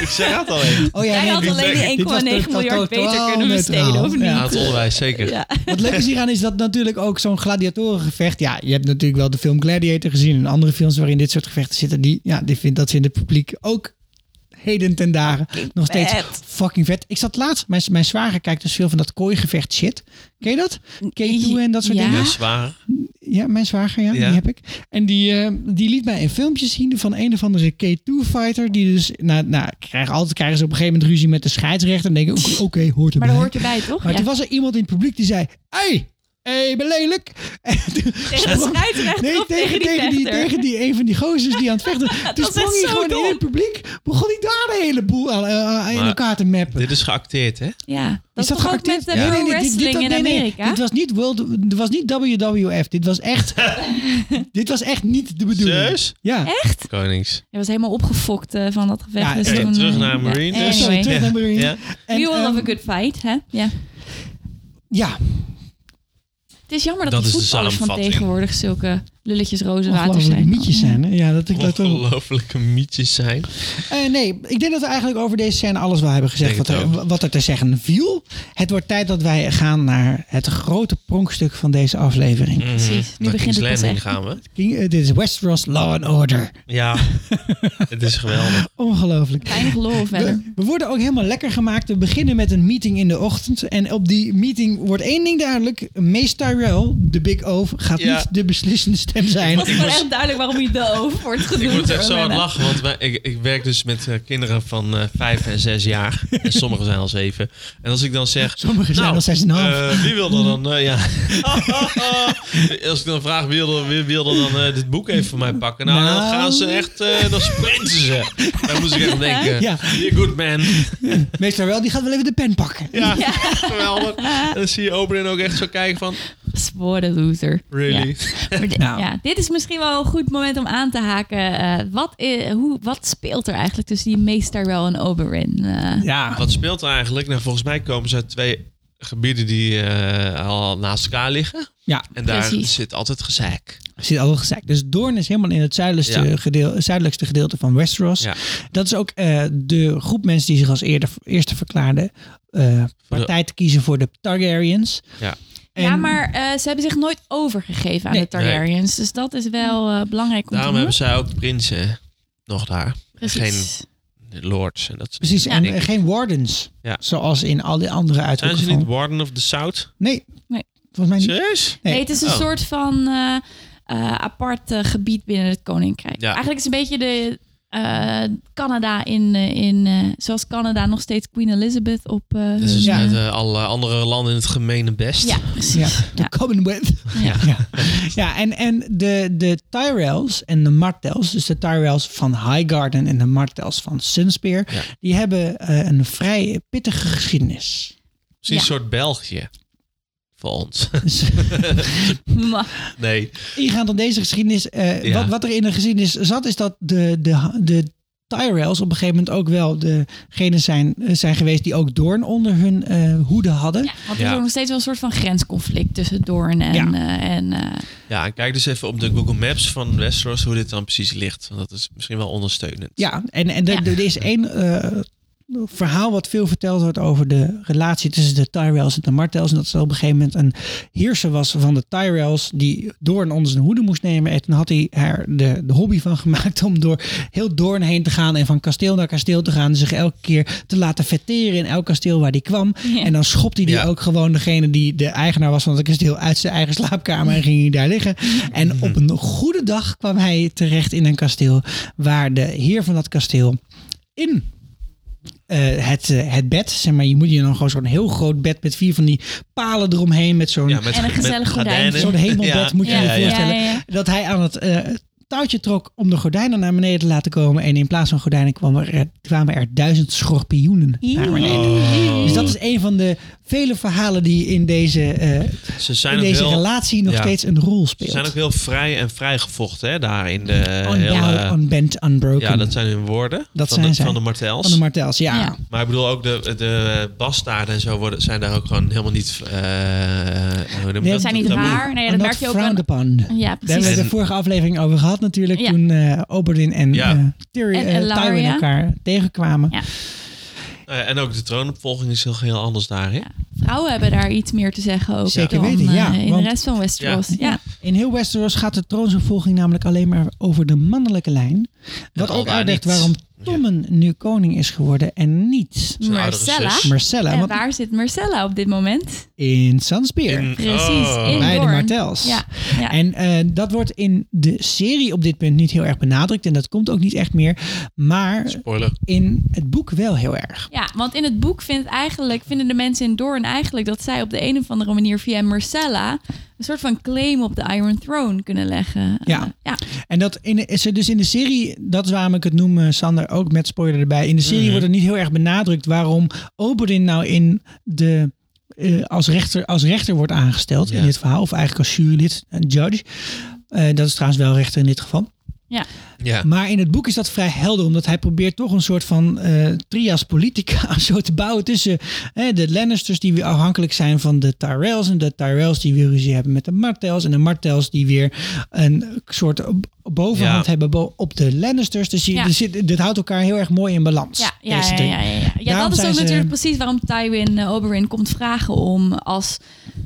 ik zeg het al even. oh ja, Jij nee, had dit- alleen dit was die 1,9 totaal miljard beter neutraal. kunnen besteden, of niet? Ja. Aan het onderwijs, zeker. Ja. Wat leuk is hieraan is dat natuurlijk ook zo'n gladiatorengevecht. Ja, je hebt natuurlijk wel de film Gladiator gezien en andere films waarin dit soort gevechten zitten. Die, ja, die vindt dat ze in het publiek ook heden ten dagen nog steeds vet. fucking vet. Ik zat laatst, mijn, mijn zwager kijkt dus veel van dat kooigevecht shit. Ken je dat? K2 en dat soort Ja. dingen. Ja, zwaar. Ja, mijn zwager, ja, Ja. die heb ik. En die, eh, die liet mij een filmpje zien van een of andere K2-fighter. Die dus, nou, nou krijgen, altijd krijgen ze op een gegeven moment ruzie met de scheidsrechter. En denken, oké, oké, hoort erbij. Maar dat hoort erbij, toch? Maar Ja. toen was er iemand in het publiek die zei: Hey, hey, ben lelijk. En toen Tegen de sprong- scheidsrechter Nee, of tegen, tegen, die, vechter? tegen die een van die gozers die aan het vechten. Toen Dat is echt sprong hij zo gewoon dom. in het publiek. Begon hij daar de hele boel aan, eh, in Maar elkaar te mappen. Dit is geacteerd, hè? Ja, dat is toch ook geacteerd? met de Nee, nee, pro dit- dit- dit wrestling had- in nee, nee, Amerika? Dit was niet, World, dit was niet WWF. Dit was echt. dit was echt niet de bedoeling. Serieus? Ja. Echt? Konings. Hij was helemaal opgefokt eh, van dat gevecht. Ja, dus oké, toen, terug eh, naar Marine Ja, dus. Sorry, anyway. terug naar Marine. Ja? En, We all ehm, have a good fight, hè? Ja. ja, Het is jammer dat, Dat de is de voetballers van samenvatting. tegenwoordig zulke lulletjes roze water ongelooflijk zijn. mietjes zijn. Hè? Ja, dat ik dat ook. Ongelooflijke mietjes zijn. Eh, nee, ik denk dat we eigenlijk over deze scène alles wel hebben gezegd Denk wat het er, wat er te zeggen viel. Het wordt tijd dat wij gaan naar het grote pronkstuk van deze aflevering. Mm. Precies, nu Naar begint King's het pas Landing echt. gaan we. King- eh, dit is Westeros Law and Order. Ja, het is geweldig. Ongelooflijk. Weinig lol verder. We, we worden ook helemaal lekker gemaakt. We beginnen met een meeting in de ochtend. En op die meeting wordt één ding duidelijk. Mace Tyrell, de Big O, gaat Ja. niet de beslissende stem zijn. Het is wel echt duidelijk waarom je de over wordt genoemd. Ik moet echt hoor, zo aan Menno. lachen, want wij- ik, ik werk dus met eh, kinderen van eh, vijf en zes jaar. En sommigen zijn al zeven. En als ik dan zeg... Sommigen zijn al zes en een half. eh, wie wil er dan... eh, ja. als ik dan vraag wie wil er, wie wil er dan eh, dit boek even voor mij pakken. Nou, dan Nou. gaan ze echt... eh, dan sprinten ze. Dan moest ik echt denken... Ja. You're good man. Mace Tyrell, die gaat wel even de pen pakken. Ja, geweldig. En dan zie je Oberyn ook echt zo kijken van... What a loser. Really? Ja. Maar di- Nou. ja, dit is misschien wel een goed moment om aan te haken. eh, wat, i- hoe, wat speelt er eigenlijk tussen die meester wel en Oberyn? Eh, Ja. Wat speelt er eigenlijk? Nou, volgens mij komen ze uit twee gebieden die eh, al naast elkaar liggen. Ja. En daar Precies. zit altijd gezeik. Zit al wel gezegd. Dus Doorn is helemaal in het zuidelijkste, Ja. gedeel- zuidelijkste gedeelte van Westeros. Ja. Dat is ook eh, de groep mensen die zich als eerder, eerste verklaarde eh, partij te kiezen voor de Targaryens. Ja. ja, En- maar eh, ze hebben zich nooit overgegeven aan Nee. de Targaryens. Dus dat is wel eh, belangrijk om Daarom te doen. hebben zij ook prinsen nog daar. Precies. Geen lords en dat soort Precies, en Ja. eh, geen wardens. Ja. Zoals in al die andere Zijn uithoeken. ze niet van- Warden of the South? Nee. Nee. Volgens mij niet. Serieus? Nee. Nee, het is een Oh. soort van eh, eh, apart eh, gebied binnen het koninkrijk. Ja. Eigenlijk is het een beetje de eh, Canada in, eh, in eh, zoals Canada nog steeds Queen Elizabeth op. eh, Dus is Ja. met eh, alle andere landen in het gemene best. ja, Ja, precies. de Ja. Commonwealth. Ja. Ja, ja en, en de, de Tyrells en de Martells, dus de Tyrells van Highgarden en de Martells van Sunspear, Ja. die hebben eh, een vrij pittige geschiedenis. Precies een Ja. soort België. Voor ons. Dus Maar- nee. ingaand op deze geschiedenis, eh, Ja. wat, wat er in de geschiedenis zat, is dat de, de, de Tyrells op een gegeven moment ook wel degenen zijn, eh, zijn geweest die ook Doorn onder hun eh, hoede hadden. Ja, want er Ja. is ook nog steeds wel een soort van grensconflict tussen Doorn en. Ja. eh, en eh, Ja, en kijk dus even op de Google Maps van Westeros hoe dit dan precies ligt. Want dat is misschien wel ondersteunend. Ja, en, en er, Ja. er is één eh, verhaal wat veel verteld wordt over de relatie tussen de Tyrells en de Martells. En dat ze op een gegeven moment een heerser was van de Tyrells, die Doorn onder zijn hoede moest nemen. En toen had hij er de, de hobby van gemaakt om door heel Doorn heen te gaan en van kasteel naar kasteel te gaan. En zich elke keer te laten vetteren in elk kasteel waar hij kwam. Ja. En dan schopte hij die Ja. ook gewoon degene die de eigenaar was van het kasteel uit zijn eigen slaapkamer en ging hij daar liggen. En op een goede dag kwam hij terecht in een kasteel waar de heer van dat kasteel in eh, het, eh, het bed, zeg maar, je moet je dan gewoon zo'n heel groot bed met vier van die palen eromheen met zo'n Ja, met, En een gezellig met gordijn. gordijnen. zo'n hemelbed, Ja. moet je Ja, je ja, ja. voorstellen. Ja, ja. Dat hij aan het eh, touwtje trok om de gordijnen naar beneden te laten komen. En in plaats van gordijnen kwam er, eh, kwamen er duizend schorpioenen naar beneden. Oh. Dus dat is een van de vele verhalen die in deze, eh, Ze in zijn ook deze wel relatie nog ja. steeds een rol speelt. Ze zijn ook heel vrij en vrijgevochten, hè, daar in de Oh, On- hele... ja, unbent, unbroken. eh, ja, dat zijn hun woorden. Dat van, zijn de, zij. van de Martels. van de Martels, ja. Ja. maar ik bedoel ook de, de bastaarden en zo worden, zijn daar ook gewoon helemaal niet... eh hoe noem je Nee, dat? zijn niet Taboe. raar. Nee, dat And not merk je ook frowned aan. upon. Ja, Daar hebben we precies. de vorige aflevering over gehad natuurlijk. Ja. Toen eh Oberyn en Ja. eh, Tyrion, En eh, Elaria. Tywin elkaar tegenkwamen. Ja. Eh, en ook de troonopvolging is heel, heel anders daar, hè? Vrouwen hebben daar iets meer te zeggen ook. Zeker dan, weten, ja, eh, in want- de rest van Westeros. Ja. Ja. In heel Westeros gaat de troonsopvolging namelijk alleen maar over de mannelijke lijn. Wat al ook daar uitlegt niet. waarom Tommen nu koning is geworden en niet Zijn oudere Marcella. zus. Marcella. En want waar zit Marcella op dit moment? in Sunspear. In- Precies. Oh. in bij de Doorn. Martels. Ja, ja. En eh, dat wordt in de serie op dit punt niet heel erg benadrukt. En dat komt ook niet echt meer. Maar Spoiler. in het boek wel heel erg. Ja, want in het boek vindt eigenlijk, vinden de mensen in Doorn eigenlijk dat zij op de een of andere manier via Marcella een soort van claim op de Iron Throne kunnen leggen. Ja. Eh, ja. En dat in, is er dus in de serie, dat is waarom ik het noem, eh, Sander, ook met spoiler erbij. In de serie wordt er niet heel erg benadrukt waarom Oberyn nou in de, eh, als, rechter, als rechter wordt aangesteld Ja. in dit verhaal. Of eigenlijk als jurylid, een judge. Eh, dat is trouwens wel rechter in dit geval. ja. Ja. Maar in het boek is dat vrij helder, omdat hij probeert toch een soort van eh, trias politica zo te bouwen tussen hè, de Lannisters die weer afhankelijk zijn van de Tyrells en de Tyrells die weer ruzie hebben met de Martells en de Martells die weer een soort op- bovenhand Ja. hebben bo- op de Lannisters. Dus je- Ja. er zit, dit houdt elkaar heel erg mooi in balans. Ja, ja, deze ja, drie. ja, ja, ja. Ja, Daarom dat is zijn ook ze- natuurlijk precies waarom Tywin eh, Oberyn komt vragen om als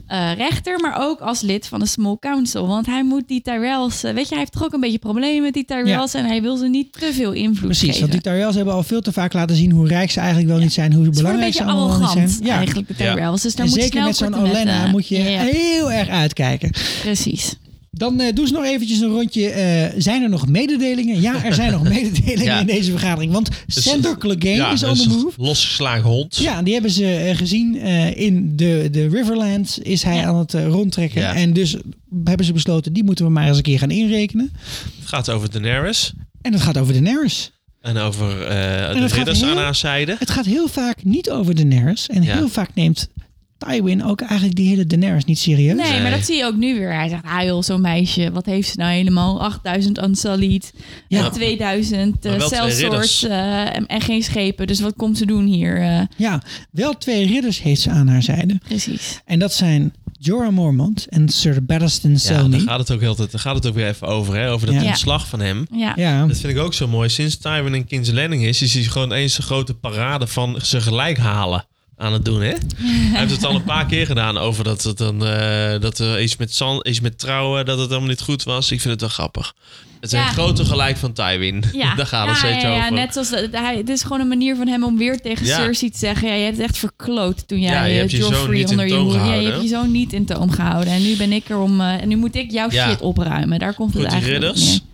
eh, rechter, maar ook als lid van de Small Council. Want hij moet die Tyrells, eh, weet je, hij heeft toch ook een beetje problemen met die Tyrells en hij wil ze niet te veel invloed Precies, geven. want die Tyrells hebben al veel te vaak laten zien hoe rijk ze eigenlijk wel niet zijn, hoe ze worden een belangrijk ze beetje allemaal wel niet arrogant zijn. Ja. eigenlijk, de Ja. Tyrells. Dus daar En moet je zeker snel met zo'n korte Olenna metten. moet je Ja, ja, heel erg uitkijken. precies. Dan eh, doe eens nog eventjes een rondje. eh, zijn er nog mededelingen? Ja, er zijn nog Ja. mededelingen Dus, eh, in deze vergadering. Want Sander Clegane Ja, dus is on dat the een move. Losgeslagen hond. Ja, die hebben ze eh, gezien eh, in de, de Riverlands. Is hij aan het eh, rondtrekken. Ja. En dus hebben ze besloten, die moeten we maar eens een keer gaan inrekenen. Het gaat over Daenerys. En het gaat over Daenerys. En over eh, de dat gaat ridders aan heel- haar zijde. Het gaat heel vaak niet over Daenerys. En Ja. heel vaak neemt Tywin ook eigenlijk die hele Daenerys niet serieus. Nee, Nee. maar dat zie je ook nu weer. Hij zegt, ah joh, zo'n meisje, wat heeft ze nou helemaal? 8000 unsullied, Ja. eh, 2000 Maar uh, wel twee ridders. sellswords eh, en, en geen schepen. Dus wat komt ze doen hier? eh, Ja, wel twee ridders heeft ze aan haar zijde. precies. En dat zijn Jorah Mormont en Sir Barristan Ja, Selmy. daar gaat het ook heel tijd. Daar gaat het ook weer even over, hè? Over dat Ja. ontslag van hem. Ja. ja. Dat vind ik ook zo mooi. Sinds Tywin in King's Landing is, is hij gewoon eens een grote parade van ze gelijk halen. aan het doen, hè? Hij heeft het al een paar keer gedaan over dat het dan eh, dat er iets met zand, iets met trouwen, dat het helemaal niet goed was. Ik vind het wel grappig. Het zijn Ja. grote gelijk van Tywin. Ja, Daar gaat het ja, steeds ja, ja, over. net zoals dat, hij, het is gewoon een manier van hem om weer tegen Ja. Cersei te zeggen: ja, je hebt het echt verkloot toen jij Ja, je eh, hebt je zoon Joffrey niet in onder je toom hoed. Ja, je gehouden, hebt je zoon niet in toom gehouden. En nu ben ik er om. eh, en nu moet ik jouw Ja. shit opruimen. Daar komt Goed, het die eigenlijk. op ridders. neer.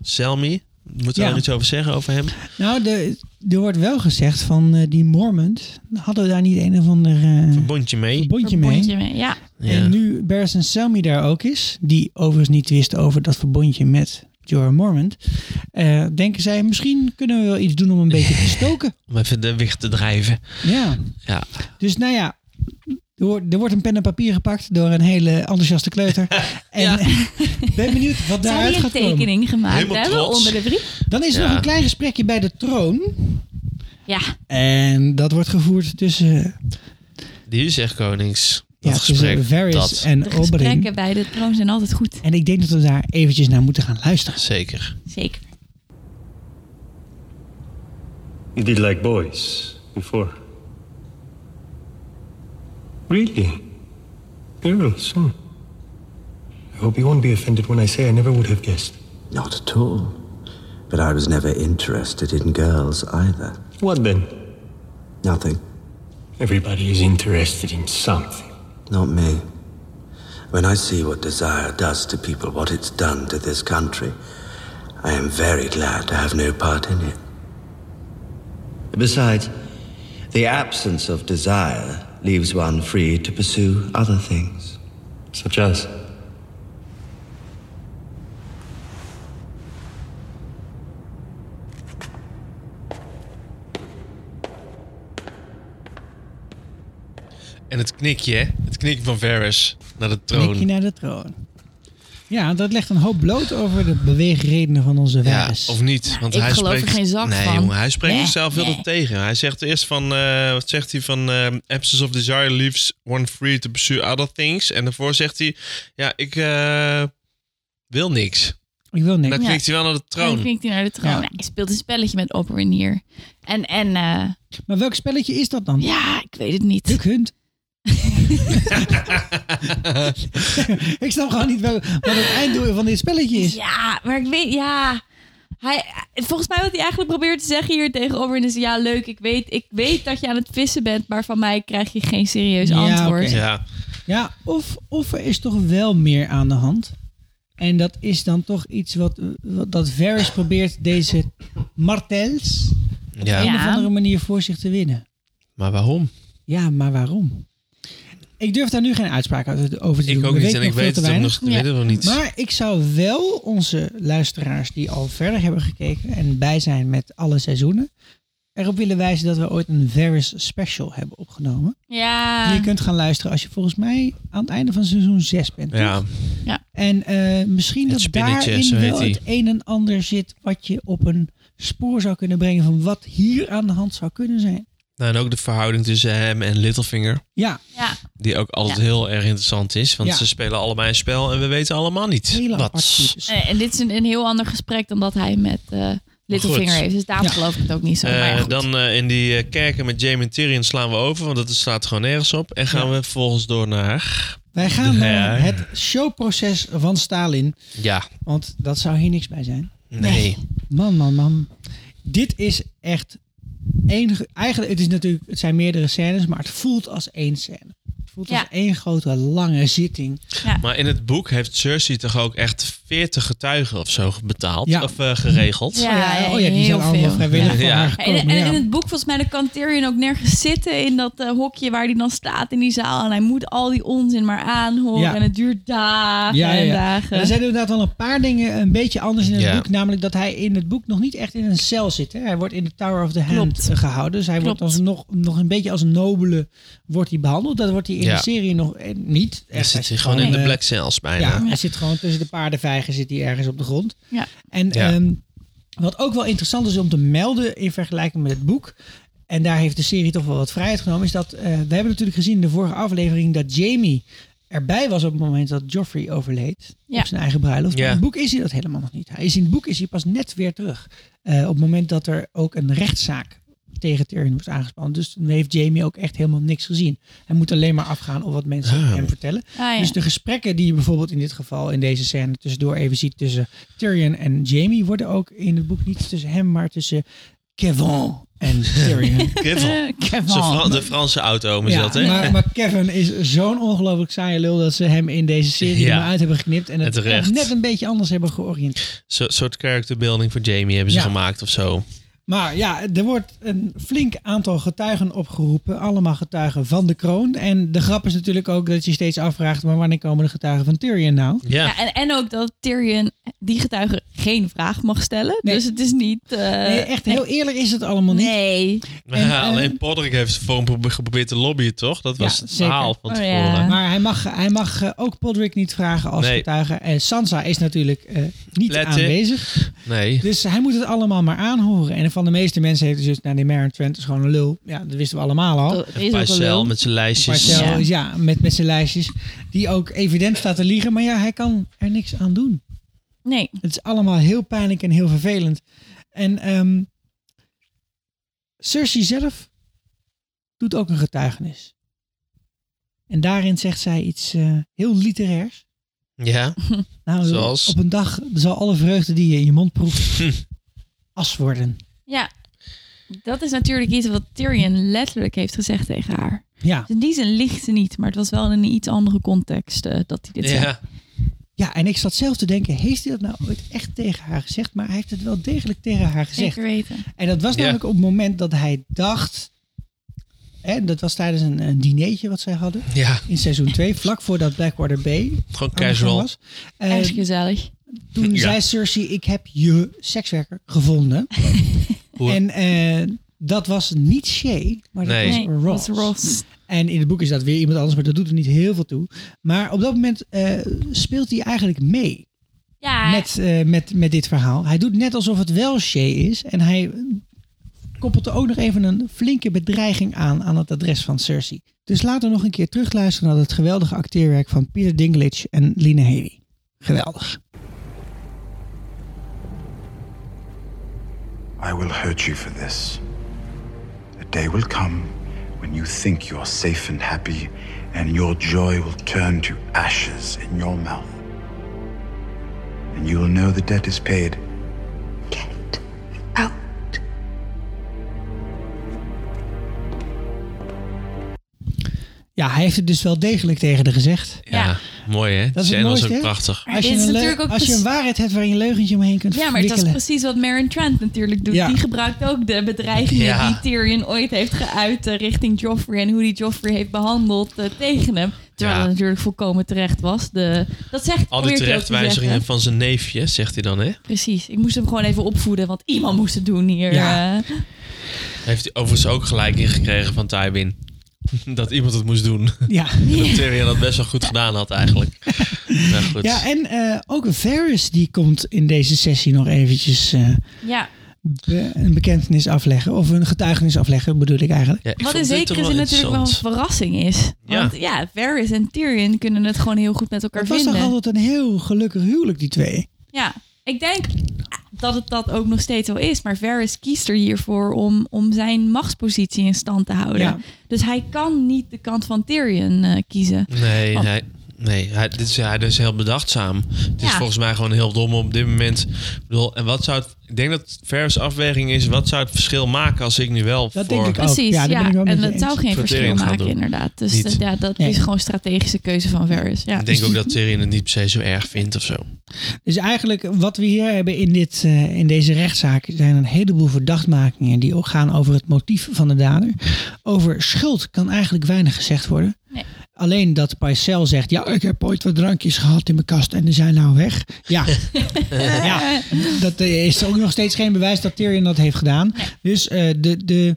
Selmy. Moeten we Ja. daar iets over zeggen over hem? Nou, de, er wordt wel gezegd van eh, die Mormont. Hadden we daar niet een of ander eh, Bondje mee. verbondje mee? Verbondje mee. Ja, Ja. En nu Barris en Selmy daar ook is, die overigens niet wist over dat verbondje met Jorah Mormont, eh, denken zij misschien kunnen we wel iets doen om een beetje te stoken. Om even de wicht te drijven. Ja. Ja. Dus nou ja, er wordt, er wordt een pen en papier gepakt door een hele enthousiaste kleuter. En eh, Ja. ben benieuwd wat ze hebben daaruit hier gaat een komen. tekening gemaakt. Helemaal Hebben trots. onder de brief. Dan is er Ja. nog een klein gesprekje bij de troon. Ja, En dat wordt gevoerd tussen, Die is echt konings. Dat ja, tussen gesprek. Varys Dat. de en Oberyn. gesprekken bij de troon zijn altijd goed. En ik denk dat we daar eventjes naar moeten gaan luisteren. Zeker. Zeker. You did like boys before. Really? Girls, huh? I hope you won't be offended when I say I never would have guessed. Not at all. But I was never interested in girls either. What then? Nothing. Everybody is interested in something. Not me. When I see what desire does to people, what it's done to this country, I am very glad to have no part in it. Besides, the absence of desire leaves one free to pursue other things. Such as? En het knikje, hè? Het knikje van Varys naar de Knikje troon. naar de troon. Ja, dat legt een hoop bloot over de beweegredenen van onze Ja, Varys. of niet? Want ik hij geloof er spreekt, geen zak nee, van. Jongen, hij spreekt Nee, zichzelf heel nee. erg tegen. Hij zegt eerst van, eh, wat zegt hij van, eh, absence of desire leaves one free to pursue other things. En daarvoor zegt hij, ja, ik eh, wil niks. Ik wil niks. Dan Ja. klikt hij wel naar de Dan troon. klinkt hij naar de troon. Ja. Nou, hij speelt een spelletje met Oberyn hier. En, en eh, Maar welk spelletje is dat dan? ja, ik weet het niet. Duck Hunt. ik snap gewoon niet wel, wat het einddoel van dit spelletje is. Ja, maar ik weet, ja. Hij, volgens mij wat hij eigenlijk probeert te zeggen hier tegen Oberyn is... ja, leuk, ik weet, ik weet dat je aan het vissen bent... maar van mij krijg je geen serieus Ja, antwoord. oké. Ja, Ja, of, of er is toch wel meer aan de hand. En dat is dan toch iets wat, wat dat Varys probeert deze Martels ja. op een of Ja. andere manier voor zich te winnen. maar waarom? Ja, maar waarom? Ik durf daar nu geen uitspraak uit- over te doen. Ik ook We niet weten en ik nog veel weet te het ook nog, weinig. ik weet het nog niet. Maar ik zou wel onze luisteraars die al verder hebben gekeken en bij zijn met alle seizoenen, erop willen wijzen dat we ooit een Varys special hebben opgenomen. Die Ja, je kunt gaan luisteren als je volgens mij aan het einde van seizoen 6 bent. toch? ja, En eh, misschien Het dat spinnetje, zo daarin heet wel die. het een en ander zit wat je op een spoor zou kunnen brengen van wat hier aan de hand zou kunnen zijn. nou, en ook de verhouding tussen hem en Littlefinger. Ja, ja, Die ook altijd Ja. heel erg interessant is. Want Ja. ze spelen allebei een spel en we weten allemaal niet hele apart. wat. types. en dit is een, een heel ander gesprek... dan dat hij met eh, Littlefinger Goed. heeft. Dus daarom Ja. geloof ik het ook niet zo. Eh, maar ja, goed. dan eh, in die eh, kerken met Jamie en Tyrion slaan we over. Want dat slaat gewoon nergens op. En gaan we vervolgens door naar... Wij gaan naar Ja. het showproces van Stalin, Ja, want dat zou hier niks bij zijn. nee. Man, man, man. Dit is echt één. Eigenlijk, het, is natuurlijk, het zijn meerdere scènes, maar het voelt als één scène. Het voelt Ja. als één grote lange zitting. Maar in het boek heeft Cersei toch ook echt 40 getuigen of zo betaald. Ja. Of eh, geregeld. Ja. oh ja, die heel zijn allemaal veel. vrijwillig Ja. van Ja. haar En, gekomen. en ja. in het boek, volgens mij, dan kan Tyrion ook nergens zitten in dat eh, hokje waar hij dan staat in die zaal. En hij moet al die onzin maar aanhoren. Ja. En het duurt dagen Ja, ja, en ja. dagen. Er zijn inderdaad wel een paar dingen een beetje anders in het Ja. boek. Namelijk dat hij in het boek nog niet echt in een cel zit. Hè. Hij wordt in de Tower of the Hand Klopt. gehouden. Dus hij wordt Klopt. alsnog, nog een beetje als een nobele wordt hij behandeld. Dat wordt hij in Ja. de serie nog eh, niet. Dan zit hij zit gewoon in de eh, Black Cells bijna. Ja, hij zit gewoon tussen de paardenvijgen zit hij ergens op de grond. Ja. En Ja. ehm, wat ook wel interessant is om te melden in vergelijking met het boek. En daar heeft de serie toch wel wat vrijheid genomen. Is dat eh, we hebben natuurlijk gezien in de vorige aflevering dat Jamie erbij was op het moment dat Joffrey overleed. Ja. Op zijn eigen bruiloft. Ja. Maar in het boek is hij dat helemaal nog niet. Hij is in het boek is hij pas net weer terug. Eh, op het moment dat er ook een rechtszaak tegen Tyrion wordt aangespannen. Dus dan heeft Jamie ook echt helemaal niks gezien. Hij moet alleen maar afgaan op wat mensen Oh. hem vertellen. Ah, ja. Dus de gesprekken die je bijvoorbeeld in dit geval in deze scène tussendoor even ziet tussen Tyrion en Jamie worden ook in het boek niet tussen hem, maar tussen Kevin en Tyrion. Kevin. Kevin. Zo'n Fran- de Franse auto is Ja, dat, hè? Maar, maar Kevin is zo'n ongelooflijk saaie lul dat ze hem in deze serie Ja. er maar uit hebben geknipt. En En het terecht. net een beetje anders hebben georiënteerd. Zo- soort character building voor Jamie hebben ze Ja. gemaakt of zo. Maar ja, er wordt een flink aantal getuigen opgeroepen. Allemaal getuigen van de kroon. En de grap is natuurlijk ook dat je steeds afvraagt, maar wanneer komen de getuigen van Tyrion nou? Ja. Ja, en, en ook dat Tyrion die getuige geen vraag mag stellen. Nee. Dus het is niet... eh, Nee, echt heel eerlijk is het allemaal niet. Nee. En, eh, alleen Podrick heeft voor hem probe- geprobeerd te lobbyen, toch? Dat was Ja, het zeker. verhaal van Oh, tevoren. ja. Maar hij mag, hij mag eh, ook Podrick niet vragen als Nee. getuige. En Sansa is natuurlijk eh, niet Let it. aanwezig. Nee. Dus hij moet het allemaal maar aanhoren. En van de meeste mensen heeft hij zoiets... Nou, die Maren Trent is gewoon een lul. Ja, dat wisten we allemaal al. Dat is ook een Picel lul. met zijn lijstjes. Marcel Ja. is ja, met, met zijn lijstjes. Die ook evident staat te liegen. Maar ja, hij kan er niks aan doen. Nee. Het is allemaal heel pijnlijk en heel vervelend. En ehm Cersei zelf doet ook een getuigenis. En daarin zegt zij iets eh, heel literairs. Ja. Namelijk, Zoals? Nou, op een dag zal alle vreugde die je in je mond proeft as worden. Ja. Dat is natuurlijk iets wat Tyrion letterlijk heeft gezegd tegen haar. Ja. Dus in die zin ligt ze niet, maar het was wel in een iets andere context eh, dat hij dit zei. ja. ja, en ik zat zelf te denken, heeft hij dat nou ooit echt tegen haar gezegd? Maar hij heeft het wel degelijk tegen haar gezegd. Zeker weten. En dat was Ja. namelijk op het moment dat hij dacht. En dat was tijdens een, een dinertje wat zij hadden. Ja. In seizoen 2, vlak voordat Blackwater B. aan de Gewoon gang casual. was. Eh, Erg gezellig. toen Ja. zei Cersei: Ik heb je sekswerker gevonden. Hoe- En eh, dat was niet Shay, maar dat Nee. was Nee, dat Ross. was Ross. En in het boek is dat weer iemand anders, maar dat doet er niet heel veel toe. Maar op dat moment eh, speelt hij eigenlijk mee Ja, met, eh, met, met dit verhaal. Hij doet net alsof het wel Shay is. En hij koppelt er ook nog even een flinke bedreiging aan aan het adres van Cersei. Dus laten we nog een keer terugluisteren naar het geweldige acteerwerk van Peter Dinklage en Lina Headey. Geweldig. I will hurt you for this. A day will come when you think you're safe and happy, and your joy will turn to ashes in your mouth. And you will know the debt is paid. Get out. Ja, hij heeft het dus wel degelijk tegen haar gezegd. Ja. Ja. Mooi, hè? Dat is het Zijn was mooiste, ook hè? prachtig. Maar Als je, dit is een, natuurlijk le- ook als je precies- een waarheid hebt waar je een leugentje omheen kunt ja, maar dat is wikkelen. precies wat Maren Trent natuurlijk doet. Ja. Die gebruikt ook de bedreigingen Ja. die Tyrion ooit heeft geuit eh, richting Joffrey en hoe die Joffrey heeft behandeld eh, tegen hem. Terwijl Ja. dat natuurlijk volkomen terecht was. De, dat Al zegt die probeert hij ook te terechtwijzigingen zeggen. van zijn neefje, zegt hij dan, hè? Precies. Ik moest hem gewoon even opvoeden, want iemand moest het doen hier. Ja. eh. Heeft hij overigens ook gelijk ingekregen van Tywin. Dat iemand het moest doen. Ja. Dat Tyrion dat best wel goed gedaan had, eigenlijk. Nou goed. ja, en eh, ook Varys die komt in deze sessie nog eventjes eh, ja. be- een bekentenis afleggen. Of een getuigenis afleggen, bedoel ik eigenlijk. Ja, ik Wat vond in dit toch zekere zin natuurlijk wel een interessant. verrassing is. Ja. Want ja, Varys en Tyrion kunnen het gewoon heel goed met elkaar Het was vinden. toch altijd een heel gelukkig huwelijk, die twee. Ja, ik denk dat het dat ook nog steeds wel is. Maar Varys kiest er hiervoor om, om zijn machtspositie in stand te houden. Ja. Dus hij kan niet de kant van Tyrion eh, kiezen. Oh, Nee, Want- hij, nee hij, dit is, hij is heel bedachtzaam. Het is Ja. volgens mij gewoon heel dom op dit moment. Ik bedoel, en wat zou het, ik denk dat het Ver's afweging is, wat zou het verschil maken als ik nu wel Dat voor... denk ik ook. Precies, ja, ja. daar ben ik wel met en je dat eens. zou geen Voor verschil Tyrion gaan maken doen. inderdaad. Dus Niet. eh, ja, dat Nee. is gewoon strategische keuze van Varys. Ja. Ik denk ook dat Tyrion het niet per se zo erg vindt of zo. Dus eigenlijk wat we hier hebben in, dit, eh, in deze rechtszaak zijn een heleboel verdachtmakingen die ook gaan over het motief van de dader. Over schuld kan eigenlijk weinig gezegd worden. Nee. Alleen dat Paisel zegt, ja, ik heb ooit wat drankjes gehad in mijn kast en die zijn nou weg. Ja, ja dat eh, is ook nog steeds geen bewijs dat Tyrion dat heeft gedaan. Dus eh, de, de,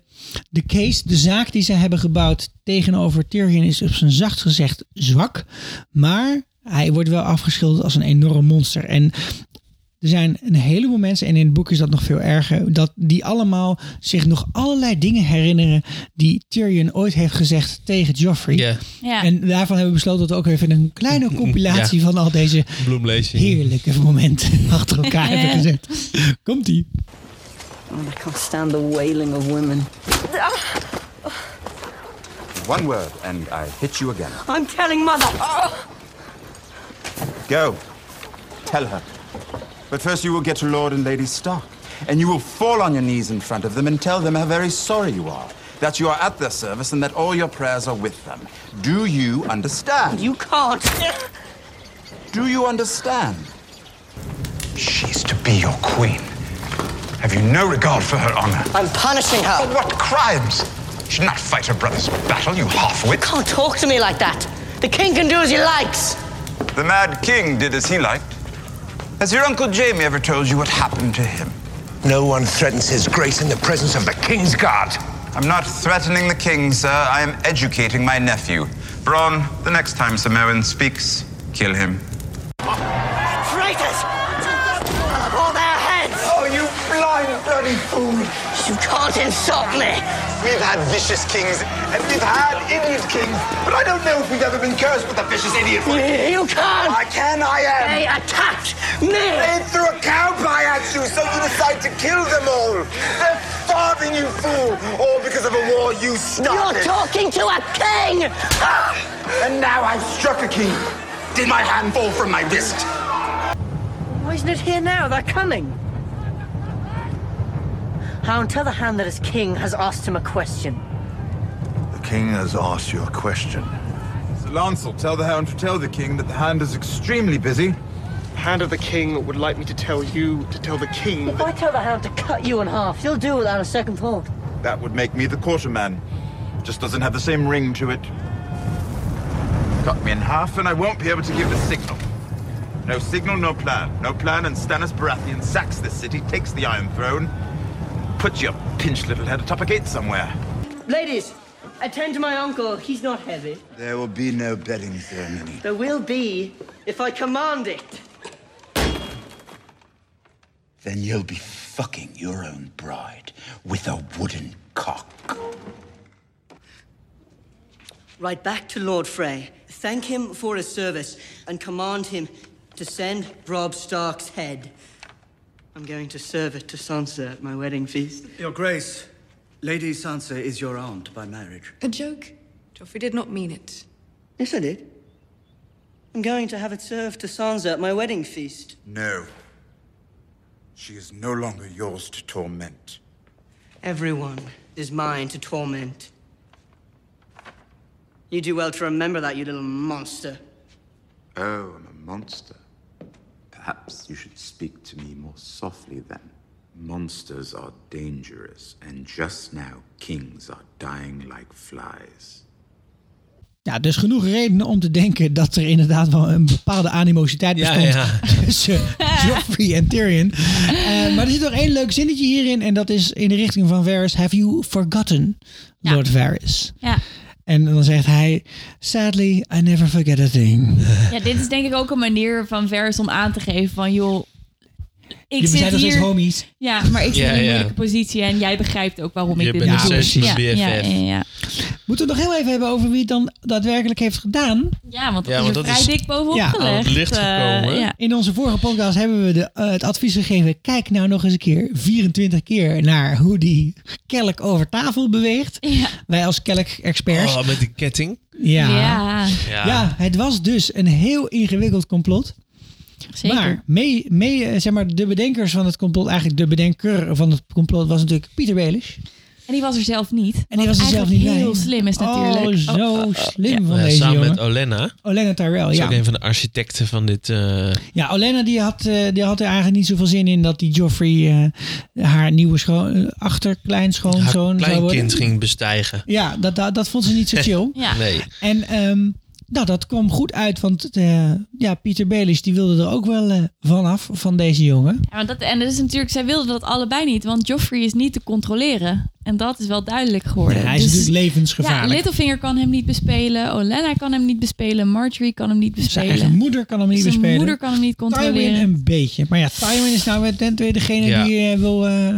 de case, de zaak die ze hebben gebouwd tegenover Tyrion is op zijn zacht gezegd zwak. Maar hij wordt wel afgeschilderd als een enorm monster. En er zijn een heleboel mensen, en in het boek is dat nog veel erger, dat die allemaal zich nog allerlei dingen herinneren die Tyrion ooit heeft gezegd tegen Joffrey. Ja, Ja. En daarvan hebben we besloten dat we ook even een kleine compilatie van al deze bloemlezing. heerlijke momenten achter elkaar hebben gezet. Komt-ie. Oh, I can't stand the wailing of women. One word, and I hit you again. I'm telling Mother. Go. Tell her. But first, you will get to Lord and Lady Stark, and you will fall on your knees in front of them and tell them how very sorry you are, that you are at their service, and that all your prayers are with them. Do you understand? You can't. Do you understand? She's to be your queen. Have you no regard for her honor? I'm punishing her. For what crimes? She did not fight her brother's battle, you half-wit. You can't talk to me like that. The king can do as he likes. The Mad King did as he liked. Has your Uncle Jamie ever told you what happened to him? No one threatens his grace in the presence of the King's Guard. I'm not threatening the king, sir. I am educating my nephew. Bron, the next time Sir Merwin speaks, kill him. Traitors! I'll have all their heads! Oh, you blind, bloody fool! You can't insult me! We've had vicious kings, and we've had idiot kings, but I don't know if we've ever been cursed with a vicious idiot one. You can't! I can, I am! They attacked me! They threw a cowpie at you, so you decide to kill them all! They're farming, you fool! All because of a war you started! You're talking to a king! Ah, and now I've struck a king! Did my hand fall from my wrist? Why isn't it here now? They're coming. Hound, tell the hand that his king has asked him a question. The king has asked you a question. Sir Lancel, tell the hound to tell the king that the hand is extremely busy. The hand of the king would like me to tell you to tell the king. If I tell the hound to cut you in half, you'll do it without a second thought. That would make me the quarterman. Just doesn't have the same ring to it. Cut me in half, and I won't be able to give the signal. No signal, no plan. No plan, and Stannis Baratheon sacks this city, takes the Iron Throne. Put your pinched little head atop a gate somewhere. Ladies, attend to my uncle. He's not heavy. There will be no bedding ceremony. There will be if I command it. Then you'll be fucking your own bride with a wooden cock. Write back to Lord Frey. Thank him for his service and command him to send Rob Stark's head. I'm going to serve it to Sansa at my wedding feast. Your Grace, Lady Sansa is your aunt by marriage. A joke? Joffrey did not mean it. Yes, I did. I'm going to have it served to Sansa at my wedding feast. No. She is no longer yours to torment. Everyone is mine to torment. You do well to remember that, you little monster. Oh, I'm a monster. Perhaps you should speak to me more softly then. Monsters are dangerous, and just now kings are dying like flies. Ja, dus genoeg redenen om te denken dat er inderdaad wel een bepaalde animositeit Ja, bestond ja. tussen Joffrey en Tyrion. Eh, maar er zit nog één leuk zinnetje hierin en dat is in de richting van Varys. Have you forgotten, Lord Varys? Ja. En dan zegt hij, sadly, I never forget a thing. ja, dit is denk ik ook een manier van Varys om aan te geven van joh, ik Jullie zit zijn nog hier... steeds homies. Ja, maar ik zit Ja, in een ja. moeilijke positie en jij begrijpt ook waarom Je ik dit bent doe. nog steeds ja, mijn Ja, BFF. ja, ja. Moeten we het nog heel even hebben over wie het dan daadwerkelijk heeft gedaan? Ja, want dat Ja, is want er dat vrij is dik bovenop Ja. gelegd. aan het licht eh, gekomen. ja. In onze vorige podcast hebben we de, eh, het advies gegeven: kijk nou nog eens een keer 24 keer naar hoe die kelk over tafel beweegt. Wij als kelk-experts. Oh, met die ketting. Ja. Ja. Ja. Ja. het was dus een heel ingewikkeld complot. Zeker. Maar, mee, mee, eh, zeg maar de bedenkers van het complot, eigenlijk de bedenker van het complot was natuurlijk Pieter Belish. En die was er zelf niet. En die was er zelf niet bij. heel slim is natuurlijk. Oh, zo slim van Ja, deze samen jongen. met Olena. Olena Tyrell, Dat is ja. ook een van de architecten van dit. eh, Ja, Olena die had, eh, die had er eigenlijk niet zoveel zin in dat die Joffrey eh, haar nieuwe schoon, eh, haar achterkleinschoonzoon zou worden. kleinkind ging bestijgen. Ja, dat, dat, dat vond ze niet zo chill. Nee. En ehm, nou, dat kwam goed uit, want eh, ja, Pieter Baelish die wilde er ook wel eh, vanaf van deze jongen. Ja, want dat, en dat is natuurlijk, zij wilden dat allebei niet, want Joffrey is niet te controleren. En dat is wel duidelijk geworden. Ja, hij is Dus- natuurlijk levensgevaarlijk. Ja, Littlefinger kan hem niet bespelen. Olenna kan hem niet bespelen. Marjorie kan hem niet Zijn bespelen. Dus eigen moeder kan hem niet Zijn bespelen. moeder kan hem niet Tywin controleren. een beetje. Maar ja, Tywin is nou weer- net weer degene Ja. die, eh, wil, eh,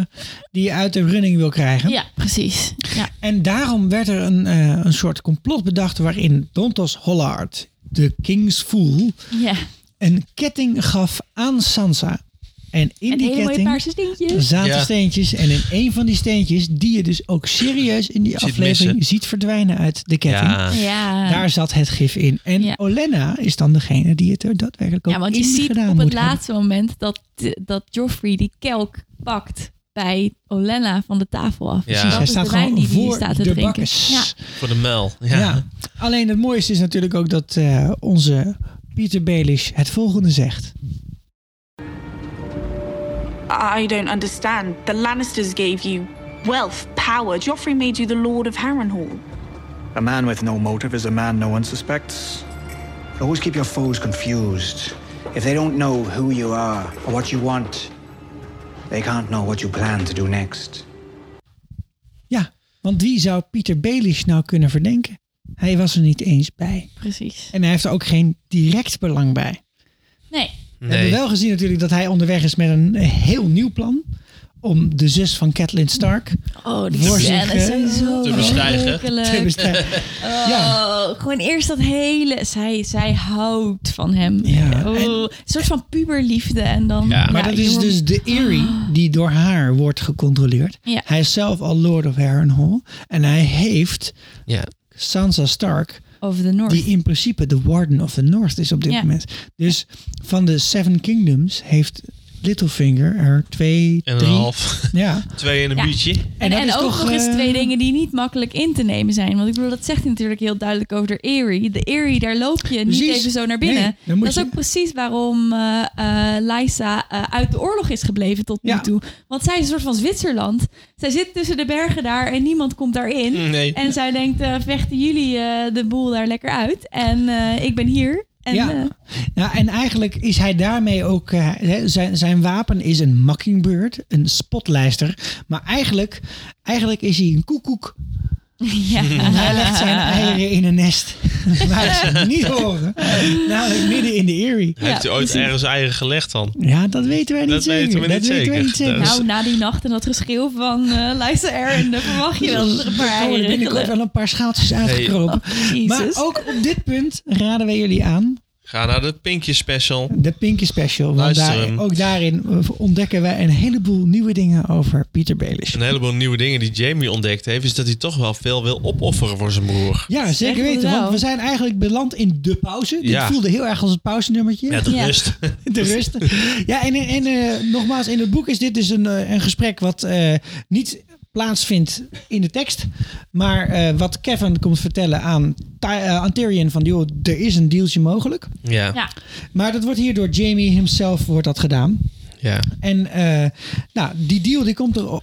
die je uit de running wil krijgen. Ja, precies. Ja. En daarom werd er een, eh, een soort complot bedacht waarin Dontos Hollard, de King's Fool, Ja. een ketting gaf aan Sansa. En in En die hele mooie ketting paarse steentjes. zaten Ja. steentjes. En in een van die steentjes, die je dus ook serieus in die Ziet aflevering missen. ziet verdwijnen uit de ketting. Ja. Ja. Daar zat het gif in. En Olenna is dan degene die het er daadwerkelijk ook Ja, want je in ziet gedaan op het moet hebben. laatste moment dat, dat Joffrey die kelk pakt bij Olenna van de tafel af. Ja. Precies, Dus hij dat is staat de wijn gewoon die die voor staat te de drinken. bakkes. Ja. Voor de mel. Ja. Ja. Alleen het mooiste is natuurlijk ook dat eh, onze Peter Baelish het volgende zegt. I don't understand. The Lannisters gave you wealth, power. Joffrey made you the Lord of Harrenhal. A man with no motive is a man no one suspects. Always keep your foes confused. If they don't know who you are or what you want, they can't know what you plan to do next. Ja, want wie zou Peter Baelish nou kunnen verdenken? Hij was er niet eens bij. Precies. En hij heeft er ook geen direct belang bij. Nee. We hebben wel gezien natuurlijk dat hij onderweg is met een eh, heel nieuw plan. Om de zus van Catelyn Stark Oh, die voor zich, scènes eh, zijn zo te bestrijgen. verschrikkelijk. Te bestrijden. Oh, Gewoon eerst dat hele... Zij, zij houdt van hem. Oh, een soort van puberliefde. En dan, maar dat is jongen. dus de Eerie die door haar wordt gecontroleerd. Ja. Hij is zelf al Lord of Harrenhal. En hij heeft Ja. Sansa Stark, Of the North. die in principe de Warden of the North is op dit Ja. moment. Dus van de Seven Kingdoms heeft Littlefinger er twee, En een drie. half. Ja. Twee in een Ja. biertje. En, dat en is ook toch, nog eens eh, twee dingen die niet makkelijk in te nemen zijn. Want ik bedoel, dat zegt hij natuurlijk heel duidelijk over de Erie. De Erie, daar loop je niet Precies. even zo naar Nee, binnen. dan moet dat is je- ook precies waarom eh eh, Lysa eh, uit de oorlog is gebleven tot nu toe. Want zij is een soort van Zwitserland. Zij zit tussen de bergen daar en niemand komt daarin. Mm, Nee. En zij denkt, eh, vechten jullie eh, de boel daar lekker uit. En eh, ik ben hier. En, ja. eh, ja, en eigenlijk is hij daarmee ook. eh, hè, zijn, zijn wapen is een mockingbird, een spotlijster. Maar eigenlijk, eigenlijk is hij een koekoek. ja. En hij legt zijn eieren in een nest. Waar ze niet horen. Namelijk midden in de Erie. Heeft hij ooit ergens eieren gelegd dan? Ja, dat weten wij niet Dat zeker. weten we niet dat weten wij zeker. niet zeker. Dus- Nou, na die nacht en dat geschreeuw van eh, Lysa Erin, dan verwacht je wel dat er een paar Er komen eieren binnenkort wel een paar schaaltjes uitgekropen. Hey. Oh, maar Jezus. ook op dit punt raden wij jullie aan Ga naar de Pinkje Special. De Pinky Special. Want Luister daar- hem. ook daarin eh, ontdekken wij een heleboel nieuwe dingen over Peter Baelish. Een heleboel nieuwe dingen die Jamie ontdekt heeft, is dat hij toch wel veel wil opofferen voor zijn broer. Ja, zeker echt weten. wel. Want we zijn eigenlijk beland in de pauze. Dit Ja. voelde heel erg als een pauzenummertje. Met de rust. De rust. Ja, en, en eh, nogmaals, in het boek is dit dus een, eh, een gesprek wat eh, niet plaatsvindt in de tekst. Maar eh, wat Kevin komt vertellen aan, Ty- eh, aan Tyrion van, joh, er is een dealtje mogelijk. Ja. Ja. Maar dat wordt hier door Jamie himself wordt dat gedaan. Ja. En eh, nou, die deal die komt er